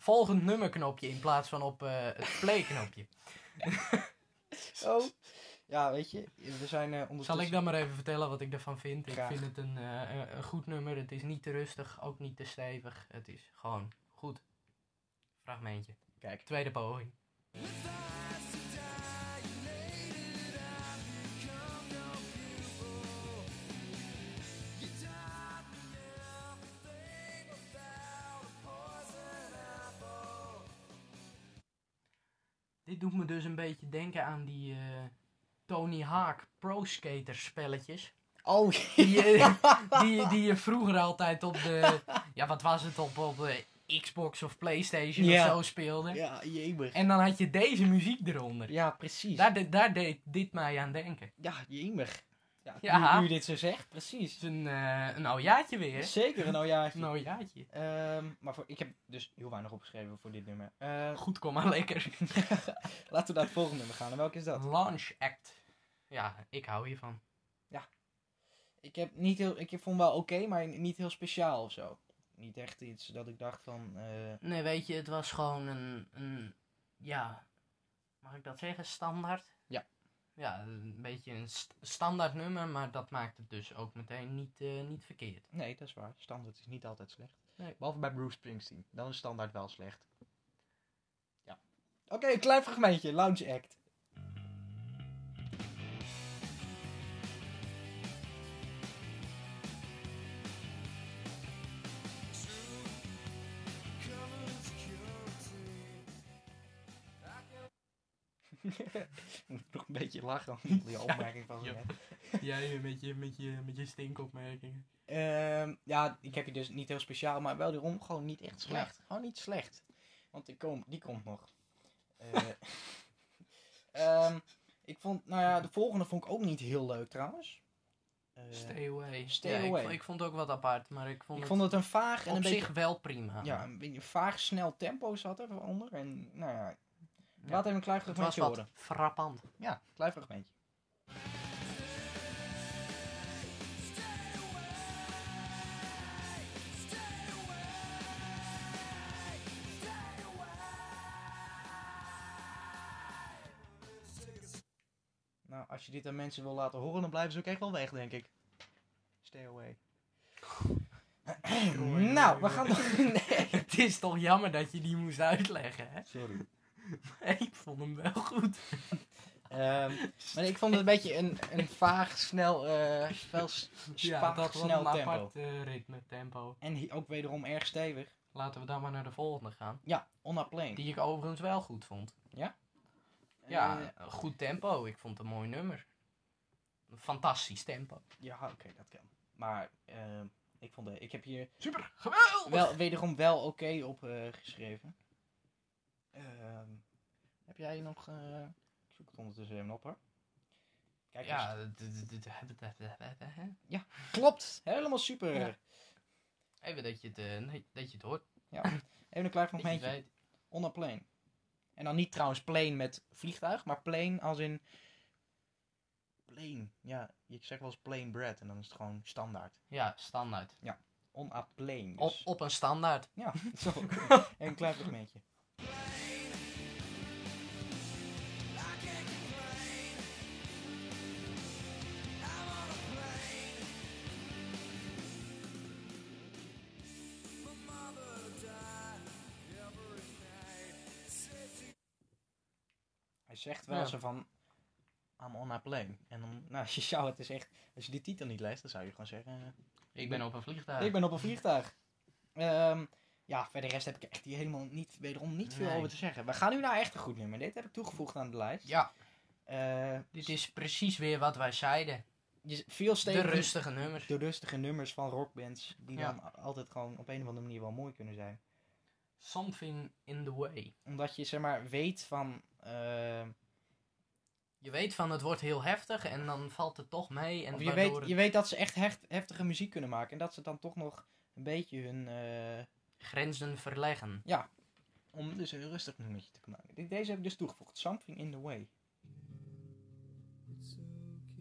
S2: Volgend nummer knopje in plaats van op eh, het play knopje.
S1: Oh. Ja, weet je, we zijn eh ondertussen...
S2: Zal ik dan maar even vertellen wat ik ervan vind? Ik
S1: Graag.
S2: vind het een, eh, een- een goed nummer. Het is niet te rustig, ook niet te stevig. Het is gewoon goed. Fragmentje.
S1: Kijk.
S2: Tweede poging. Dit doet me dus een beetje denken aan die eh, Tony Hawk Pro Skater spelletjes.
S1: Oh,
S2: Die, eh, die, die je vroeger altijd op de... Ja, wat was het? Op, op de Xbox of Playstation
S1: Ja.
S2: of zo speelde.
S1: ja, jemig.
S2: En dan had je deze muziek eronder.
S1: Ja, precies.
S2: Daar, de- daar deed dit mij aan denken.
S1: Ja, jemig. Ja,
S2: Ja.
S1: Nu, nu je dit zo zegt, precies.
S2: Het is een, eh een oudejaartje weer.
S1: Zeker een oujaartje.
S2: Een oudejaartje.
S1: Ehm, maar voor, ik heb dus heel weinig opgeschreven voor dit nummer. Eh,
S2: Goed, kom maar lekker.
S1: laten we naar het volgende nummer gaan. En welke is dat?
S2: Launch act. Ja, ik hou hiervan.
S1: Ik heb niet heel, ik vond wel oké, maar niet heel speciaal of zo. Niet echt iets dat ik dacht van, eh,
S2: Nee, weet je, het was gewoon een, een ja, mag ik dat zeggen, standaard?
S1: Ja.
S2: Ja, een beetje een st- standaard nummer, maar dat maakt het dus ook meteen niet, eh, niet verkeerd.
S1: nee, dat is waar. Standaard is niet altijd slecht.
S2: Nee.
S1: Behalve bij Bruce Springsteen. Dan is standaard wel slecht. Ja. Oké, een klein fragmentje. Lounge act. Moet ik nog een beetje lachen om die opmerking van zo
S2: Ja.
S1: net.
S2: Jij met je, met je, met je stinkopmerkingen.
S1: Ehm, ja, ik heb je dus niet heel speciaal, maar wel daarom gewoon niet echt slecht. Gewoon niet slecht. Want die, kom, die komt nog. Eh, ehm, ik vond, nou ja, de volgende vond ik ook niet heel leuk trouwens. Eh,
S2: Stay away.
S1: Stay
S2: Ja, ik
S1: away.
S2: vo- Ik, vond het ook wat apart, maar ik vond
S1: ik
S2: het
S1: vond het een vaag en
S2: op
S1: een
S2: zich
S1: beetje,
S2: wel prima.
S1: ja, een beetje vaag snel tempo zat er onder. En nou ja,
S2: Ja.
S1: laat even een klein
S2: het was
S1: fragmentje
S2: wat
S1: horen.
S2: frappant.
S1: Ja, klein fragmentje. Nou, als je dit aan mensen wil laten horen, dan blijven ze ook echt wel weg, denk ik. Stay away. nou, we gaan door. Nee.
S2: het is toch jammer dat je die moest uitleggen, hè?
S1: Sorry.
S2: Ik vond hem wel goed.
S1: Ehm, maar ik vond het een beetje een, een vaag, snel, eh wel s-
S2: Ja,
S1: vaag,
S2: dat was
S1: snel
S2: een
S1: tempo.
S2: apart eh, ritme, tempo.
S1: En hi- ook wederom erg stevig.
S2: Laten we dan maar naar de volgende gaan.
S1: Ja, on our plane.
S2: Die ik overigens wel goed vond. Ja,
S1: Eh,
S2: een goed tempo. Ik vond het een mooi nummer. Een fantastisch tempo.
S1: ja, oké, dat kan. Maar eh, ik, vond de, ik heb hier
S2: Super, geweldig!
S1: wel, wederom wel oké op eh, geschreven. Ehm, heb jij nog... eh, ik zoek het ondertussen even op, hoor. Kijk, eens.
S2: ja, d- d- d- d- d- d- hè?
S1: klopt. Helemaal super.
S2: Ja. even dat je het, eh, nee, dat je het hoort.
S1: Even een klein
S2: Dat je het
S1: momentje.
S2: weet.
S1: On a plane. En dan niet trouwens plane met vliegtuig, maar plane als in... Plane. Ja, ik zeg wel eens plain bread en dan is het gewoon standaard.
S2: Ja, standaard.
S1: On a plane.
S2: Op,
S1: dus-
S2: op een standaard.
S1: Ja, zo. een klein fragmentje. Hij zegt wel
S2: Ja.
S1: zo van, I'm on a plane. En dan, nou, je zou het dus echt, als je die titel niet leest, dan zou je gewoon zeggen, eh,
S2: Ik ben op een vliegtuig.
S1: ik ben op een vliegtuig. Ehm, ja, verder rest heb ik echt hier helemaal niet, wederom niet veel
S2: Nee.
S1: over te zeggen. We gaan nu naar echt een goed nummer. Dit heb ik toegevoegd aan de lijst.
S2: Ja,
S1: Eh,
S2: dit is precies weer wat wij zeiden.
S1: je- veel
S2: De
S1: stevige,
S2: rustige nummers.
S1: de rustige nummers van rockbands. Die
S2: Ja.
S1: dan a- altijd gewoon op een of andere manier wel mooi kunnen zijn.
S2: Something in the way.
S1: Omdat je zeg maar weet van... eh,
S2: Je weet van het wordt heel heftig en dan valt het toch mee. En
S1: of je,
S2: waardoor
S1: weet,
S2: het-
S1: je weet dat ze echt heft- heftige muziek kunnen maken. En dat ze dan toch nog een beetje hun... eh,
S2: Grenzen verleggen.
S1: om dus een rustig nummertje te maken. Dit- Deze heb ik dus toegevoegd. Something in the way.
S3: It's okay, fish.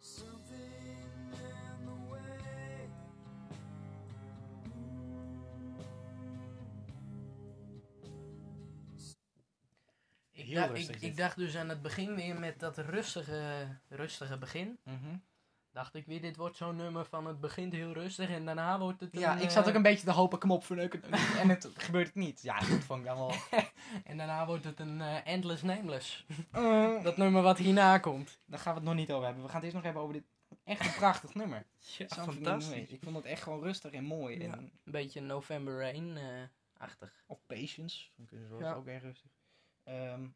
S3: Something in the way.
S2: Ik,
S1: Heel
S2: dacht-
S1: rustig
S2: ik,
S1: dit.
S2: ik dacht dus aan het begin weer met dat rustige, rustige begin.
S1: Mhm.
S2: Dacht ik weer, dit wordt zo'n nummer van het begint heel rustig en daarna wordt het.
S1: Ja,
S2: een,
S1: ik zat
S2: eh,
S1: ook een beetje te hopen, kom op, verneuken. En het gebeurt het niet. Ja, dat vond ik dan wel...
S2: En daarna wordt het een eh, endless nameless.
S1: Eh,
S2: Dat nummer wat hierna komt.
S1: daar gaan we het nog niet over hebben. We gaan het eerst nog hebben over dit echt een prachtig nummer.
S2: Ja,
S1: Something in the Way. Ik vond het echt gewoon rustig en mooi.
S2: Ja.
S1: En,
S2: Een beetje eh, November Rain-achtig.
S1: of Patience, vond ik dus
S2: Ja.
S1: ook erg rustig. Ehm,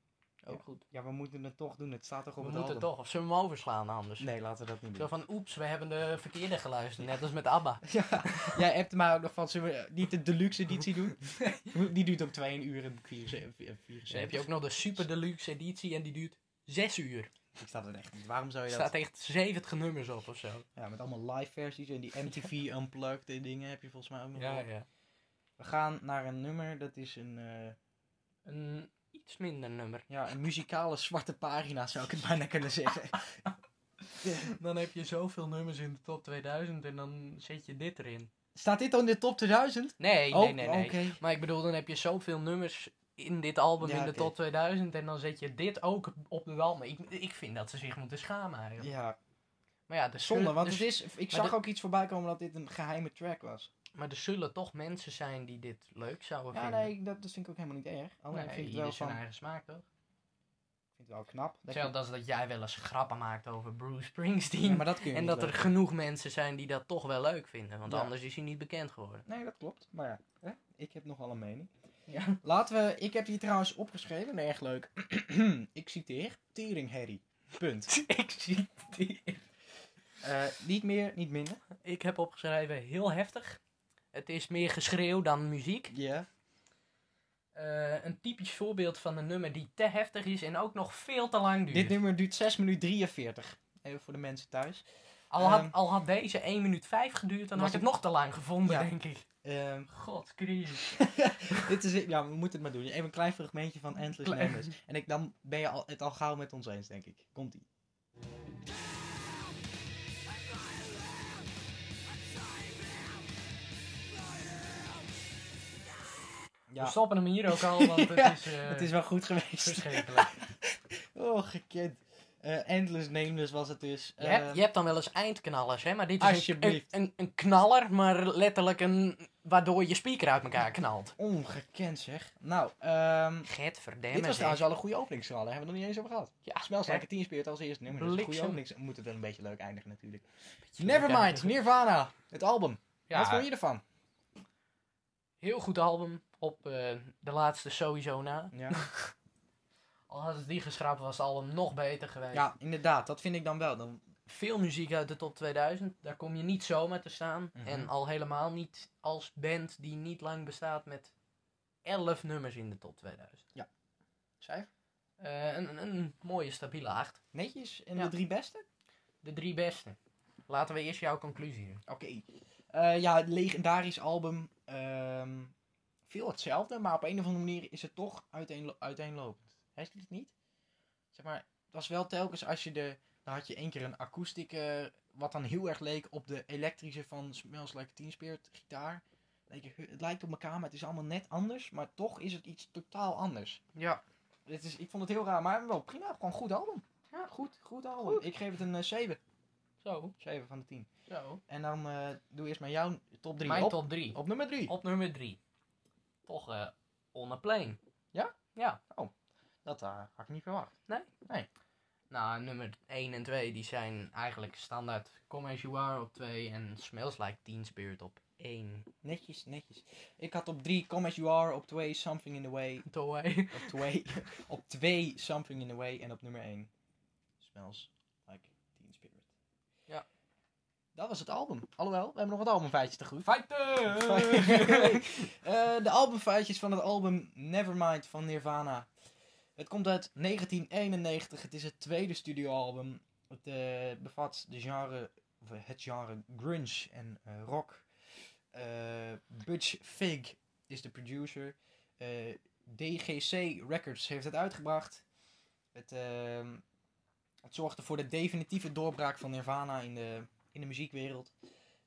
S2: Ook goed.
S1: Ja, we moeten het toch doen. Het staat toch
S2: We
S1: op het
S2: moeten
S1: album.
S2: toch, of zullen we hem overslaan anders?
S1: Nee, laten we dat niet
S2: Zo
S1: doen.
S2: van, oeps, we hebben de verkeerde geluisterd. Net als met ABBA.
S1: Ja, jij hebt maar nog van, zullen we eh, niet de deluxe editie doen? Die duurt ook 2 uur en 4
S2: Dan heb je ook nog de super deluxe editie en die duurt 6 uur.
S1: Ik snap het echt niet. Waarom zou
S2: Er
S1: je
S2: staat
S1: dat...
S2: echt 70 nummers op of zo.
S1: Ja, met allemaal live versies en die MTV Unplugged en dingen heb je volgens mij ook nog.
S2: Ja,
S1: wel.
S2: ja.
S1: We gaan naar een nummer, dat is een, eh,
S2: Een iets minder nummer.
S1: ja, een muzikale zwarte pagina zou ik het bijna kunnen zeggen.
S2: Dan heb je zoveel nummers in de top 2000 en dan zet je dit erin.
S1: Staat dit dan in de top 2000?
S2: Nee,
S1: Oh,
S2: nee, nee, nee.
S1: oké.
S2: Maar ik bedoel, dan heb je zoveel nummers in dit album
S1: Ja,
S2: in de
S1: oké.
S2: top 2000 en dan zet je dit ook op de album. Ik, ik vind dat ze zich moeten schamen eigenlijk.
S1: Ja,
S2: Maar ja,
S1: zonde,
S2: er zullen-
S1: want
S2: er
S1: het is, ik
S2: dus- maar
S1: zag
S2: de-
S1: ook iets voorbij komen dat dit een geheime track was.
S2: Maar er zullen toch mensen zijn die dit leuk zouden
S1: Ja,
S2: vinden.
S1: nee, dat, dat vind ik ook helemaal niet erg. Alleen
S2: nee
S1: vind ik
S2: ieder
S1: het wel
S2: zijn
S1: van, ik
S2: eigen smaak toch?
S1: vind het wel knap. dat je-
S2: Hetzelfde als dat jij wel eens grappen maakt over Bruce Springsteen.
S1: Ja, maar dat kun je
S2: en
S1: niet
S2: dat er
S1: leuk.
S2: genoeg mensen zijn die dat toch wel leuk vinden. Want
S1: Ja.
S2: anders is hij niet bekend geworden.
S1: Nee, dat klopt. Maar ja, hè, ik heb nogal een mening.
S2: Ja.
S1: Laten we... Ik heb hier trouwens opgeschreven, erg leuk. ik citeer. Teringherrie. Punt.
S2: ik zie die.
S1: Eh, niet meer, niet minder.
S2: Ik heb opgeschreven heel heftig. Het is meer geschreeuw dan muziek.
S1: Ja.
S2: Eh, een typisch voorbeeld van een nummer die te heftig is en ook nog veel te lang duurt.
S1: Dit nummer duurt 6 minuten 43. Even voor de mensen thuis.
S2: al, had,
S1: ehm,
S2: al had deze 1 minuut 5 geduurd, dan
S1: was
S2: had ik het nog te lang gevonden,
S1: Ja.
S2: denk ik.
S1: Ehm,
S2: God, crisis.
S1: dit is... Ja, we moeten het maar doen. Even een klein fragmentje van Endless
S2: Klein.
S1: Numbers. En ik, dan ben je al, het al gauw met ons eens, denk ik. Komt-ie.
S2: We
S1: Ja,
S2: stoppen hem hier ook al, want
S1: Ja,
S2: het is, eh
S1: het is wel goed geweest.
S2: verschrikkelijk.
S1: Oh, gekend. Eh, Endless Nameless was het dus.
S2: Je,
S1: Eh,
S2: hebt, je hebt dan wel eens eindknallers, hè? Maar dit is een-
S1: Alsjeblieft.
S2: Een, een, een knaller, maar letterlijk een... waardoor je speaker uit elkaar knalt.
S1: Ongekend zeg. Nou, ehm,
S2: Get
S1: dit
S2: verdemmen.
S1: was trouwens wel een goede openingsknal. Daar hebben we nog niet eens over gehad.
S2: Ja,
S1: Smells like
S2: hè?
S1: a Teen Spirit als eerste nummer. Dus een goede
S2: Bliksem.
S1: openings moet het wel een beetje leuk eindigen natuurlijk. Nevermind,
S2: Ja,
S1: Nirvana. Het album. Wat vond
S2: ja,
S1: je ervan?
S2: heel goed album. Op eh, de laatste sowieso na.
S1: Ja.
S2: Al had het die geschrapt, was het album nog beter geweest.
S1: ja, inderdaad. Dat vind ik dan wel. Dan,
S2: Veel muziek uit de top 2000. Daar kom je niet zomaar te staan.
S1: Mhm.
S2: En al helemaal niet als band die niet lang bestaat met 11 nummers in de top 2000.
S1: cijfer.
S2: Eh, een, een, een mooie stabiele 8.
S1: Netjes. En
S2: Ja.
S1: de drie beste?
S2: De drie beste. Laten we eerst jouw conclusie doen.
S1: Oké. Eh, ja, het legendarisch album. Ehm, veel hetzelfde, maar op een of andere manier is het toch uiteenlo- uiteenlopend. Hij het niet? Zeg maar, het was wel telkens als je de... Dan had je één keer een akoestiek, eh, wat dan heel erg leek op de elektrische van Smells Like Teen Spirit gitaar. Leek, er- het lijkt op elkaar, maar het is allemaal net anders. Maar toch is het iets totaal anders.
S2: Ja.
S1: Het is, ik vond het heel raar, maar wel prima. Gewoon goed album. Ja, goed, goed album.
S2: Goed.
S1: Ik geef het een eh, 7.
S2: Zo.
S1: 7 van de 10.
S2: Zo.
S1: En dan eh, doe eerst maar jouw top 3
S2: Mijn
S1: op.
S2: top 3. Op,
S1: Op nummer 3.
S2: nummer 3. Toch eh on a plane.
S1: Ja?
S2: Ja.
S1: Dat eh, had ik niet verwacht.
S2: Nou, nummer 1 en 2 die zijn eigenlijk standaard Come As You Are op 2 en Smells Like Teen Spirit op 1.
S1: Netjes, netjes. Ik had op 3 Come As You Are, op 2 Something In The Way,
S2: Toei.
S1: op 2 op twee, Something In The Way en op nummer 1 Smells Like Teen Spirit.
S2: Ja.
S1: Dat was het album. Alhoewel, we hebben nog wat albumfeitjes te goed.
S2: Fighter!
S1: Eh, de albumfeitjes van het album Nevermind van Nirvana. Het komt uit 1991. Het is het tweede studioalbum. Het eh, bevat de genre, of het genre grunge en eh, rock. Eh Butch Vig is de producer. Eh, DGC Records heeft het uitgebracht. Het, ehm, het zorgde voor de definitieve doorbraak van Nirvana in de, in de muziekwereld.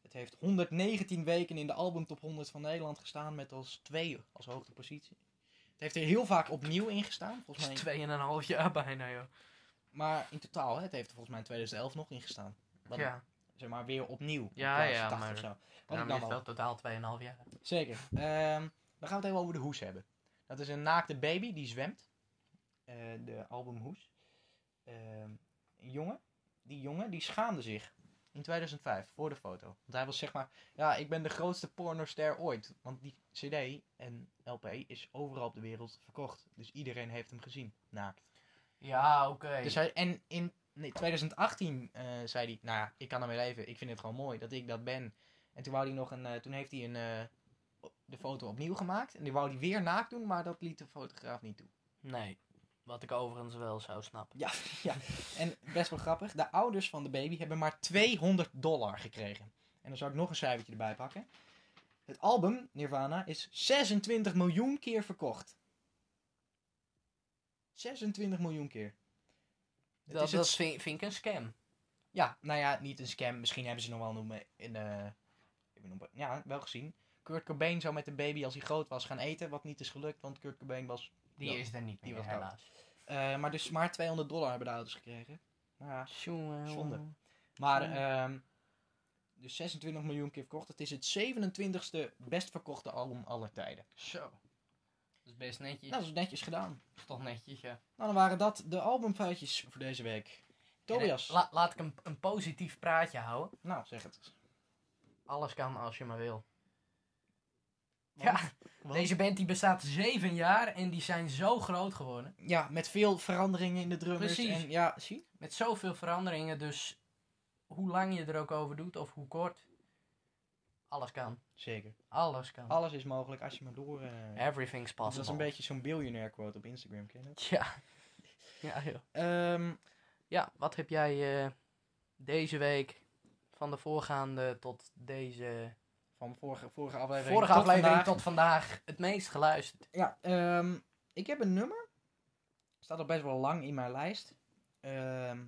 S1: Het heeft 119 weken in de albumtop 100 van Nederland gestaan met als twee als hoogste positie. Het heeft er heel vaak opnieuw in gestaan, volgens mij.
S2: Dat is 2,5 jaar bijna, joh.
S1: Maar in totaal, hè, het heeft er volgens mij in 2011 nog in gestaan. Wat-
S2: Ja,
S1: Zeg maar weer opnieuw. op
S2: Ja,
S1: plaats
S2: ja,
S1: 80
S2: maar
S1: of zo. Wat ik
S2: daarom
S1: dan
S2: is
S1: al-
S2: dat totaal 2,5 jaar.
S1: Zeker. Ehm, dan gaan we het even over de hoes hebben. Dat is een naakte baby die zwemt. Eh, de album Hoes. Ehm, een jongen. Die jongen die schaamde zich. In 2005 voor de foto. Want hij was zeg maar. Ja, ik ben de grootste pornoster ooit. Want die CD en LP is overal op de wereld verkocht. Dus iedereen heeft hem gezien. Naakt.
S2: Ja, oké.
S1: Dus hij, en in nee, 2018 eh, zei hij, nou ja, ik kan ermee leven. Ik vind het gewoon mooi dat ik dat ben. En toen, wou hij nog een, eh, toen heeft hij een, eh, o- de foto opnieuw gemaakt. En die wou hij weer naakt doen, maar dat liet de fotograaf niet toe.
S2: Nee. Wat ik overigens wel zou snappen.
S1: Ja, ja. En best wel grappig, de ouders van de baby hebben maar 200 dollar gekregen. En dan zou ik nog een cijfertje erbij pakken. Het album, Nirvana, is 26 miljoen keer verkocht. 26 miljoen keer. Het
S2: Dat,
S1: is het
S2: dat vind, vind ik een scam.
S1: Ja, nou ja, niet een scam. Misschien hebben ze nog wel noemen in eh, de... Ja, wel gezien. Kurt Cobain zou met de baby als hij groot was gaan eten, wat niet is gelukt, want Kurt Cobain was...
S2: Die
S1: Ja,
S2: is er niet
S1: die
S2: meer,
S1: was koud.
S2: helaas.
S1: eh, maar dus maar 200 dollar hebben de ouders gekregen. Nou ja,
S2: Jongen,
S1: Zonde.
S2: jongen.
S1: maar
S2: Zonde.
S1: ehm, dus 26 miljoen keer verkocht. Het is het 27ste best verkochte album aller tijden.
S2: Zo. Dat is best netjes.
S1: Nou, dat is netjes gedaan.
S2: Dat is toch netjes, ja.
S1: Nou, dan waren dat de albumfeitjes voor deze week. Tobias,
S2: En, eh, la- laat ik een, een positief praatje houden.
S1: nou zeg het. eens.
S2: Alles kan als je maar wil.
S1: Want-
S2: Ja,
S1: want-
S2: deze band die bestaat zeven jaar en die zijn zo groot geworden.
S1: Ja, met veel veranderingen in de drummers.
S2: Precies.
S1: En, ja, zie.
S2: Met zoveel veranderingen, dus hoe lang je er ook over doet of hoe kort. Alles kan.
S1: Zeker.
S2: Alles kan.
S1: Alles is mogelijk als je maar door... eh,
S2: Everything's possible.
S1: dat is een beetje zo'n biljonair quote op Instagram, ken je dat?
S2: Tja. Ja, joh.
S1: Ehm,
S2: ja, wat heb jij eh, deze week van de voorgaande tot deze...
S1: van vorige, vorige aflevering
S2: Vorige
S1: tot
S2: aflevering
S1: vandaag.
S2: tot vandaag het meest geluisterd.
S1: Ja, ehm, ik heb een nummer. Staat al best wel lang in mijn lijst. Ehm,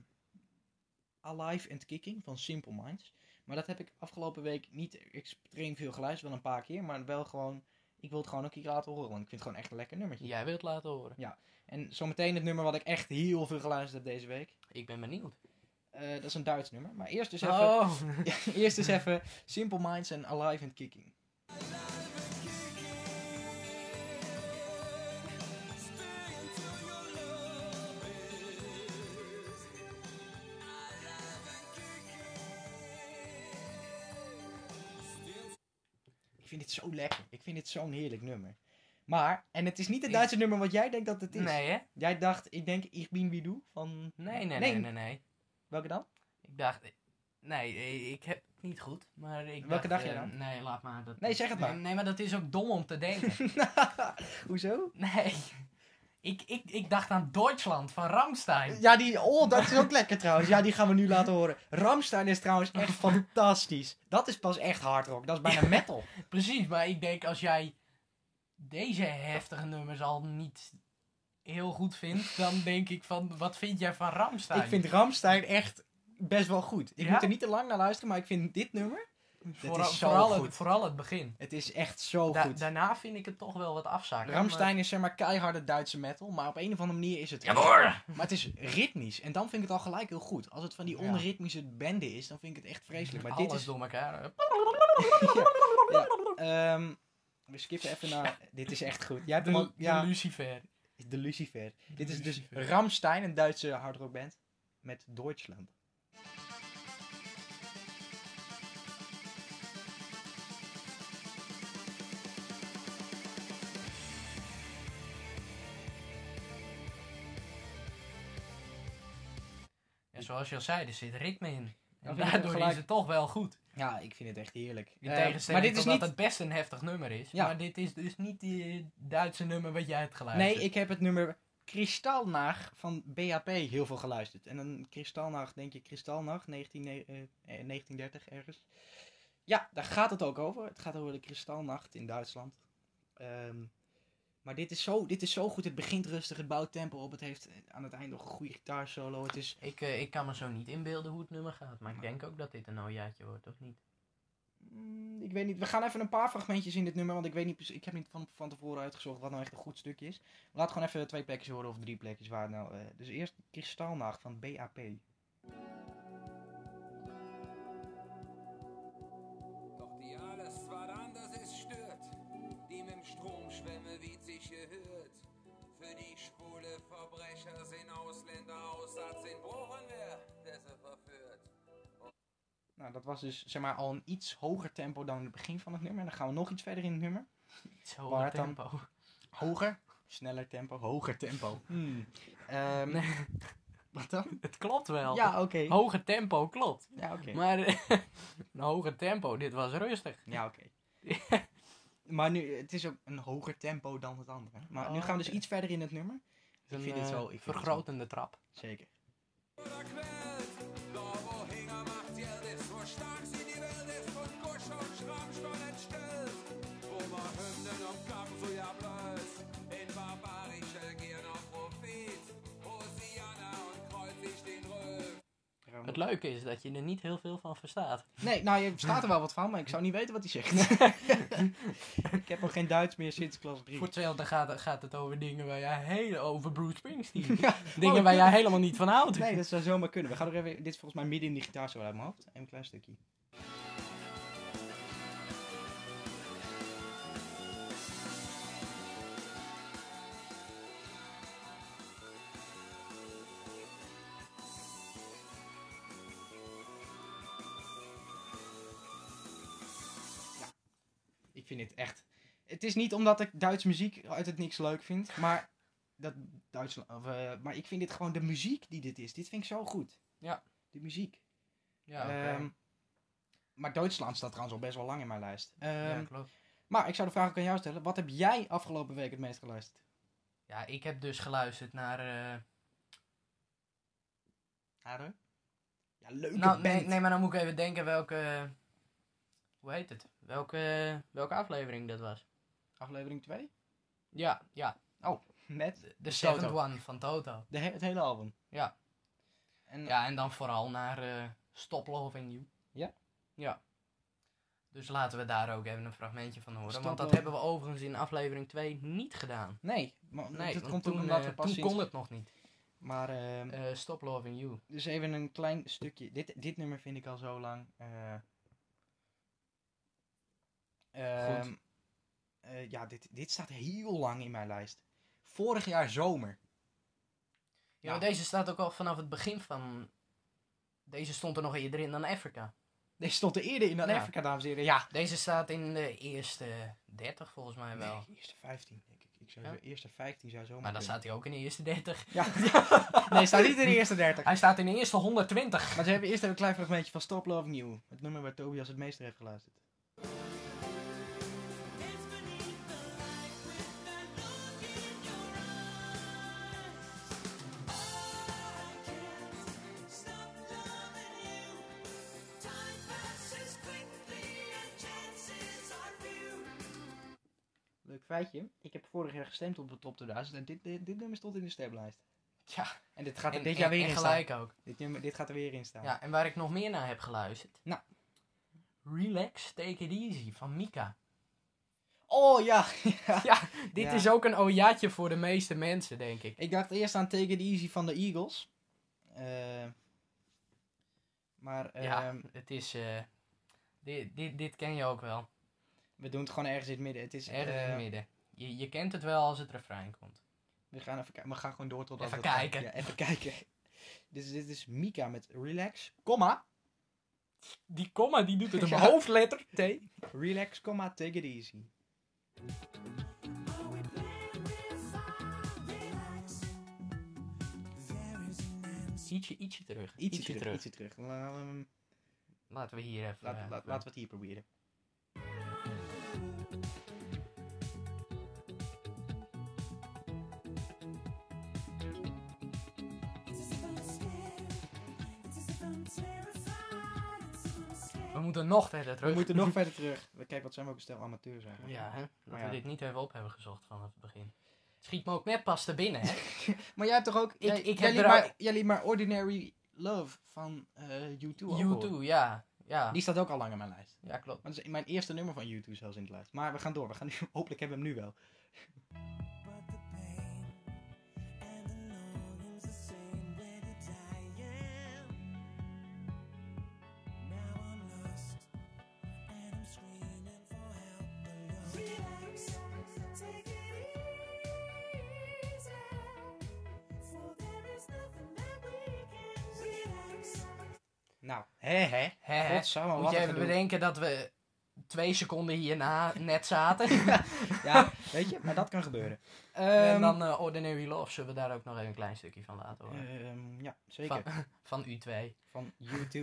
S1: Alive and Kicking van Simple Minds. Maar dat heb ik afgelopen week niet extreem veel geluisterd. Wel een paar keer, maar wel gewoon... Ik wil het gewoon een keer laten horen, want ik vind het gewoon echt een lekker nummertje.
S2: Jij wilt laten horen.
S1: En zometeen het nummer wat ik echt heel veel geluisterd heb deze week.
S2: Ik ben benieuwd.
S1: Eh, dat is een Duits nummer. Maar eerst dus even...
S2: Oh.
S1: Ja, eerst eens even Simple Minds en Alive and Kicking. Ik vind dit zo lekker. Ik vind dit zo'n heerlijk nummer. Maar, en het is niet het
S2: Ik-
S1: Duitse nummer wat jij denkt dat het is.
S2: Nee, hè?
S1: Jij dacht, ik denk Ich bin wie du van...
S2: Nee, nee, nee, nee, nee.
S1: Welke dan?
S2: Ik dacht... Nee, eh, ik heb het niet goed, maar ik
S1: Welke
S2: dacht,
S1: dag jij
S2: eh,
S1: dan?
S2: Nee, laat maar. Dat
S1: Nee, zeg het maar.
S2: Nee, nee, maar dat is ook dom om te denken.
S1: Hoezo?
S2: nee. Ik, ik, ik dacht aan Duitsland van Ramstein.
S1: Ja, die... Oh, dat is ook lekker trouwens. Ja, die gaan we nu laten horen. Ramstein is trouwens echt fantastisch. Dat is pas echt hard rock. Dat is bijna metal.
S2: Precies, maar ik denk als jij deze heftige nummers al niet heel goed vindt, dan denk ik van, wat vind jij van Ramstein?
S1: Ik vind Ramstein echt best wel goed. Ik
S2: Ja?
S1: moet er niet te lang naar luisteren, maar ik vind dit nummer...
S2: vooral,
S1: is zo
S2: vooral,
S1: goed.
S2: Het, vooral het begin.
S1: Het is echt zo
S2: Da-
S1: goed.
S2: daarna vind ik het toch wel wat afzakken.
S1: Ramstein is zeg maar keiharde Duitse metal, maar op een of andere manier is het...
S2: Maar... Ja hoor!
S1: Maar het is ritmisch. En dan vind ik het al gelijk heel goed. Als het van die
S2: Ja.
S1: onritmische bende is, dan vind ik het echt vreselijk. Maar
S2: Alles
S1: dit is...
S2: door elkaar.
S1: Ja, ehm, we skippen even naar... Dit is echt goed. Jij hebt
S2: De,
S1: hem al- ja,
S2: de Lucifer.
S1: de Lucifer. Dit is dus
S2: Lucifer.
S1: Ramstein, een Duitse hardrockband. Met Deutschland.
S2: En zoals je al zei, er zit ritme in.
S1: Dan
S2: En
S1: vind ik
S2: daardoor
S1: het gelijk-
S2: is het toch wel goed.
S1: Ja, ik vind het echt heerlijk.
S2: In
S1: Eh,
S2: tegenstelling
S1: maar dit is
S2: tot
S1: niet...
S2: dat het best een heftig nummer is.
S1: Ja.
S2: Maar dit is dus niet die Duitse nummer wat jij hebt geluisterd.
S1: Nee, ik heb het nummer Kristalnacht van BHP heel veel geluisterd. En dan Kristalnacht, denk je Kristalnacht, 19, eh, eh, 1930 ergens. Ja, daar gaat het ook over. Het gaat over de Kristalnacht in Duitsland. Ehm, maar dit is, zo, dit is zo goed. Het begint rustig, het bouwt tempo op. Het heeft eh, aan het eind nog een goede gitaarsolo. Het is...
S2: Ik, eh, ik kan me zo niet inbeelden hoe het nummer gaat, maar ik denk ook dat dit een ojaatje wordt, of niet?
S1: Mm, ik weet niet. We gaan even een paar fragmentjes in dit nummer. Want ik weet niet precies. Ik heb niet van, van tevoren uitgezocht wat nou echt een goed stukje is. Laat gewoon even twee plekjes horen of drie plekjes waar het nou. eh, dus eerst Kristalnacht van BAP.
S4: Doch die alles zwar anders es stört, die mit dem Strom schwemme, wie sich gehört. Für die schwule Verbrecher sind Ausländer, Aussatz in Brochen wer, der sie verführt.
S1: Nou, dat was dus zeg maar al een iets hoger tempo dan het begin van het nummer. En dan gaan we nog iets verder in het nummer.
S2: Zo
S1: Waar
S2: hard
S1: het dan-
S2: tempo.
S1: Hoger. Sneller tempo, hoger tempo.
S5: Hmm. Ehm,
S2: Nee.
S1: Wat dan?
S2: Het klopt wel.
S1: Ja, oké.
S2: Hoger tempo klopt.
S1: Ja, oké.
S2: Maar een hoger tempo, dit was rustig.
S1: Ja, oké. maar nu, het is ook een hoger tempo dan het andere. Maar nu
S2: Oh,
S1: gaan we dus
S2: oké.
S1: iets verder in het nummer.
S2: Het is een,
S1: vind dit
S2: eh,
S1: wel- ik vind dit wel-
S2: vergrotende trap.
S1: Zeker.
S6: oder quält. Da wo Hinger macht Geld ist, wo stark sie die Welt ist, von Kusch und Schrammstein entstellt. Wo man Hymnen und Kampf so ja blößt, in barbarischer Gier noch Profit. Hosianna und kreuzt sich den Rücken.
S2: Het leuke is dat je er niet heel veel van verstaat.
S1: Nee, nou, je staat er wel wat van, maar ik zou niet weten wat hij zegt. ik heb ook geen Duits meer sinds klas 3.
S2: Voor hetzelfde gaat, gaat het over dingen waar jij heel over Bruce Springsteen.
S1: Ja.
S2: Dingen
S1: Oh,
S2: waar
S1: ja.
S2: jij helemaal niet van houdt.
S1: Nee, dus- dat zou zomaar kunnen. We gaan er even, dit is volgens mij midden in die gitaar zo uit mijn hoofd. Even een klein stukje. Ja, Ik vind dit echt. Het is niet omdat ik Duitse muziek uit het niks leuk vind, maar dat Duitsland. Of, eh, maar ik vind dit gewoon de muziek die dit is. Dit vind ik zo goed.
S2: Ja.
S1: De muziek.
S2: Ja, oké.
S1: Ehm, maar Duitsland staat trouwens al best wel lang in mijn lijst.
S2: Ja,
S1: Ehm,
S2: klopt.
S1: maar ik zou de vraag ook aan jou stellen. Wat heb jij afgelopen week het meest geluisterd?
S2: Ja, ik heb dus geluisterd naar... eh,
S1: Ado? Ja, leuke
S2: nou,
S1: band.
S2: nee, nee, maar dan moet ik even denken welke... Hoe heet het? Welke, welke aflevering dat was.
S1: Aflevering 2?
S2: Ja, ja.
S1: Met
S2: De,
S1: Toto.
S2: Seventh One van Toto.
S1: de he- het hele album.
S2: Ja.
S1: En,
S2: Ja, en dan vooral naar eh Stop Loving You.
S1: Ja?
S2: Ja. Dus laten we daar ook even een fragmentje van horen.
S1: Stop
S2: want dat
S1: Loving-
S2: hebben we overigens in aflevering 2 niet gedaan.
S1: Nee, maar
S2: Nee,
S1: dat
S2: want
S1: komt
S2: toen,
S1: ook omdat
S2: eh,
S1: we pas
S2: toen
S1: sinds-
S2: kon het nog niet.
S1: Maar ehm,
S2: Eh Stop Loving You.
S1: dus even een klein stukje. Dit, dit nummer vind ik al zo lang. eh. Ehm,
S2: Goed.
S1: eh, ja, dit, dit staat heel lang in mijn lijst. Vorig jaar zomer.
S2: Ja, maar
S1: Ja.
S2: deze staat ook al vanaf het begin van... Deze stond er nog eerder in dan Africa.
S1: Deze stond er eerder in dan
S2: Ja.
S1: Afrika, dames en heren. Ja.
S2: Deze staat in de eerste 30 volgens mij wel.
S1: Nee, eerste 15, denk ik. ik zou
S2: Ja?
S1: zo- eerste 15 zou zomaar
S2: Maar dan
S1: kunnen.
S2: staat hij ook in de eerste 30.
S1: Ja. nee, staat niet in de eerste 30.
S2: Hij staat in de eerste 120.
S1: Maar ze hebben eerst even een klein fragmentje van Stop Loving You. Het nummer waar Tobias het meeste heeft geluisterd.
S7: It's beneath the light with that look in your eyes. I can't stop loving you. Time passes quickly and chances are few.
S1: Leuk feitje. Ik heb vorig jaar gestemd op de top 2000 en dit, dit, dit nummer stond in de stemlijst.
S2: Ja,
S1: En dit gaat er
S2: en,
S1: dit jaar
S2: en-
S1: weer
S2: en
S1: in staan.
S2: gelijk ook.
S1: Dit, nummer, dit gaat er weer in staan.
S2: Ja, en waar ik nog meer naar heb geluisterd.
S1: Nou.
S2: Relax, Take It Easy van Mika.
S1: Oh ja.
S2: Dit
S1: Ja.
S2: is ook een ojaatje voor de meeste mensen, denk ik.
S1: Ik dacht eerst aan Take It Easy van de Eagles. Eh, maar
S2: ja,
S1: ehm,
S2: het is... eh, dit, dit, dit ken je ook wel.
S1: we doen het gewoon ergens in het midden. Het is,
S2: Ergens in
S1: eh,
S2: het midden. Je, je kent het wel als het refrein komt.
S1: We gaan, even, ki- we gaan gewoon door tot
S2: Even
S1: we het-
S2: kijken.
S1: Ja, even kijken. Dus dit is Mika met relax, comma,
S2: Die komma, die doet het
S1: op
S2: hoofdletter T.
S1: relax, comma, take it easy.
S7: Are we playing this song? Relax. There is an answer.
S2: Ietsje, ietsje terug.
S1: Ietsje, terug, ietsje terug. La- ehm,
S2: Laten we hier even...
S1: laat-
S2: eh,
S1: laat- laten we het hier proberen.
S7: It's as if I'm scared. It's as if I'm terrified. It's as if I'm scared.
S2: We moeten nog verder
S1: We
S2: terug.
S1: moeten nog verder terug. We- Kijk, wat zijn we ook een stel amateurs eigenlijk.
S2: Ja, hè? Dat
S1: Maar ja.
S2: we dit niet even op hebben gezocht vanaf het begin. Schiet me ook net pas te binnen, hè?
S1: Maar jij hebt toch ook... jij,
S2: ik heb
S1: jij liet
S2: er
S1: maar,
S2: al-
S1: jij liet maar Ordinary Love van eh U2 ook horen.
S2: U2, ja. Ja,
S1: Die staat ook al lang in mijn lijst.
S2: ja klopt.
S1: Maar dat is mijn eerste nummer van U2 zelfs in de lijst. Maar we gaan door. We gaan nu, hopelijk hebben we hem nu wel.
S7: But the pain and the longing's the same. Where did I am? Now I'm lost and I'm screaming for help alone. Relax, take it easy. For there is nothing that we can relax.
S1: Nou, hè hè.
S2: Hè, hè?
S1: Godsamme,
S2: Moet
S1: wat
S2: je
S1: een
S2: even
S1: gedoe.
S2: bedenken dat we twee seconden hierna net zaten.
S1: Ja, weet je, maar dat kan gebeuren.
S2: en
S1: Ehm,
S2: dan eh, Ordinary Love zullen we daar ook nog even een klein stukje van laten horen.
S1: ehm, ja, zeker.
S2: van, van U2.
S1: Van U2.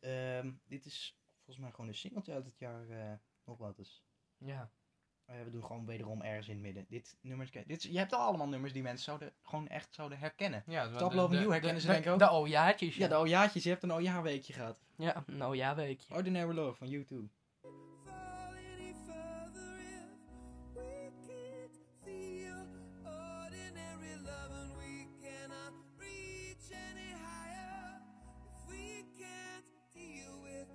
S1: Ehm, dit is volgens mij gewoon een singeltje uit het jaar eh Nogmaals.
S2: Ja.
S1: Eh, we doen gewoon wederom ergens in het midden. Dit nummer, dit is- je hebt al allemaal nummers die mensen zouden, gewoon echt zouden herkennen.
S2: ja
S1: Stapel overnieuw herkennen ze denk ik ook.
S2: De ojaatjes.
S1: Ja, de ojaatjes. Je hebt een oja-weekje gehad.
S2: Ja, een oja-weekje.
S1: Ordinary Love van U2.
S7: fall any further if we can't feel ordinary love and we cannot reach any higher if we can't deal with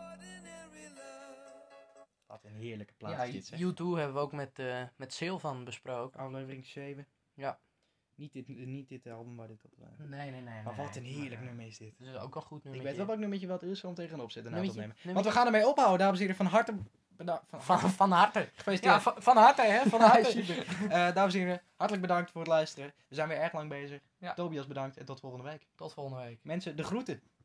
S7: ordinary love.
S1: Wat een heerlijke plaat
S2: Ja,
S1: is dit, zeg.
S2: U2 hebben we ook met, eh met Silvan besproken.
S1: Aflevering 7.
S2: Ja.
S1: Niet dit, niet dit album waar dit op lijkt.
S2: Nee, nee, nee.
S1: Maar wat een heerlijk
S2: nummer.
S1: nummer is dit.
S2: Dat is ook een goed nummer.
S1: Ik weet wel welk nummertje wat er is om tegenop zitten na te
S2: Nummertje,
S1: opnemen. Want we
S2: nummertje.
S1: gaan ermee ophouden, dames en heren. Van harte bedankt. Van,
S2: Van, van harte. Ja,
S1: gefeliciteerd.
S2: van, van harte, hè? Van harte.
S1: Super. Eh, dames en heren, hartelijk bedankt voor het luisteren. We zijn weer erg lang bezig.
S2: Ja.
S1: Tobias bedankt en tot volgende week.
S2: Tot volgende week.
S1: Mensen, de groeten.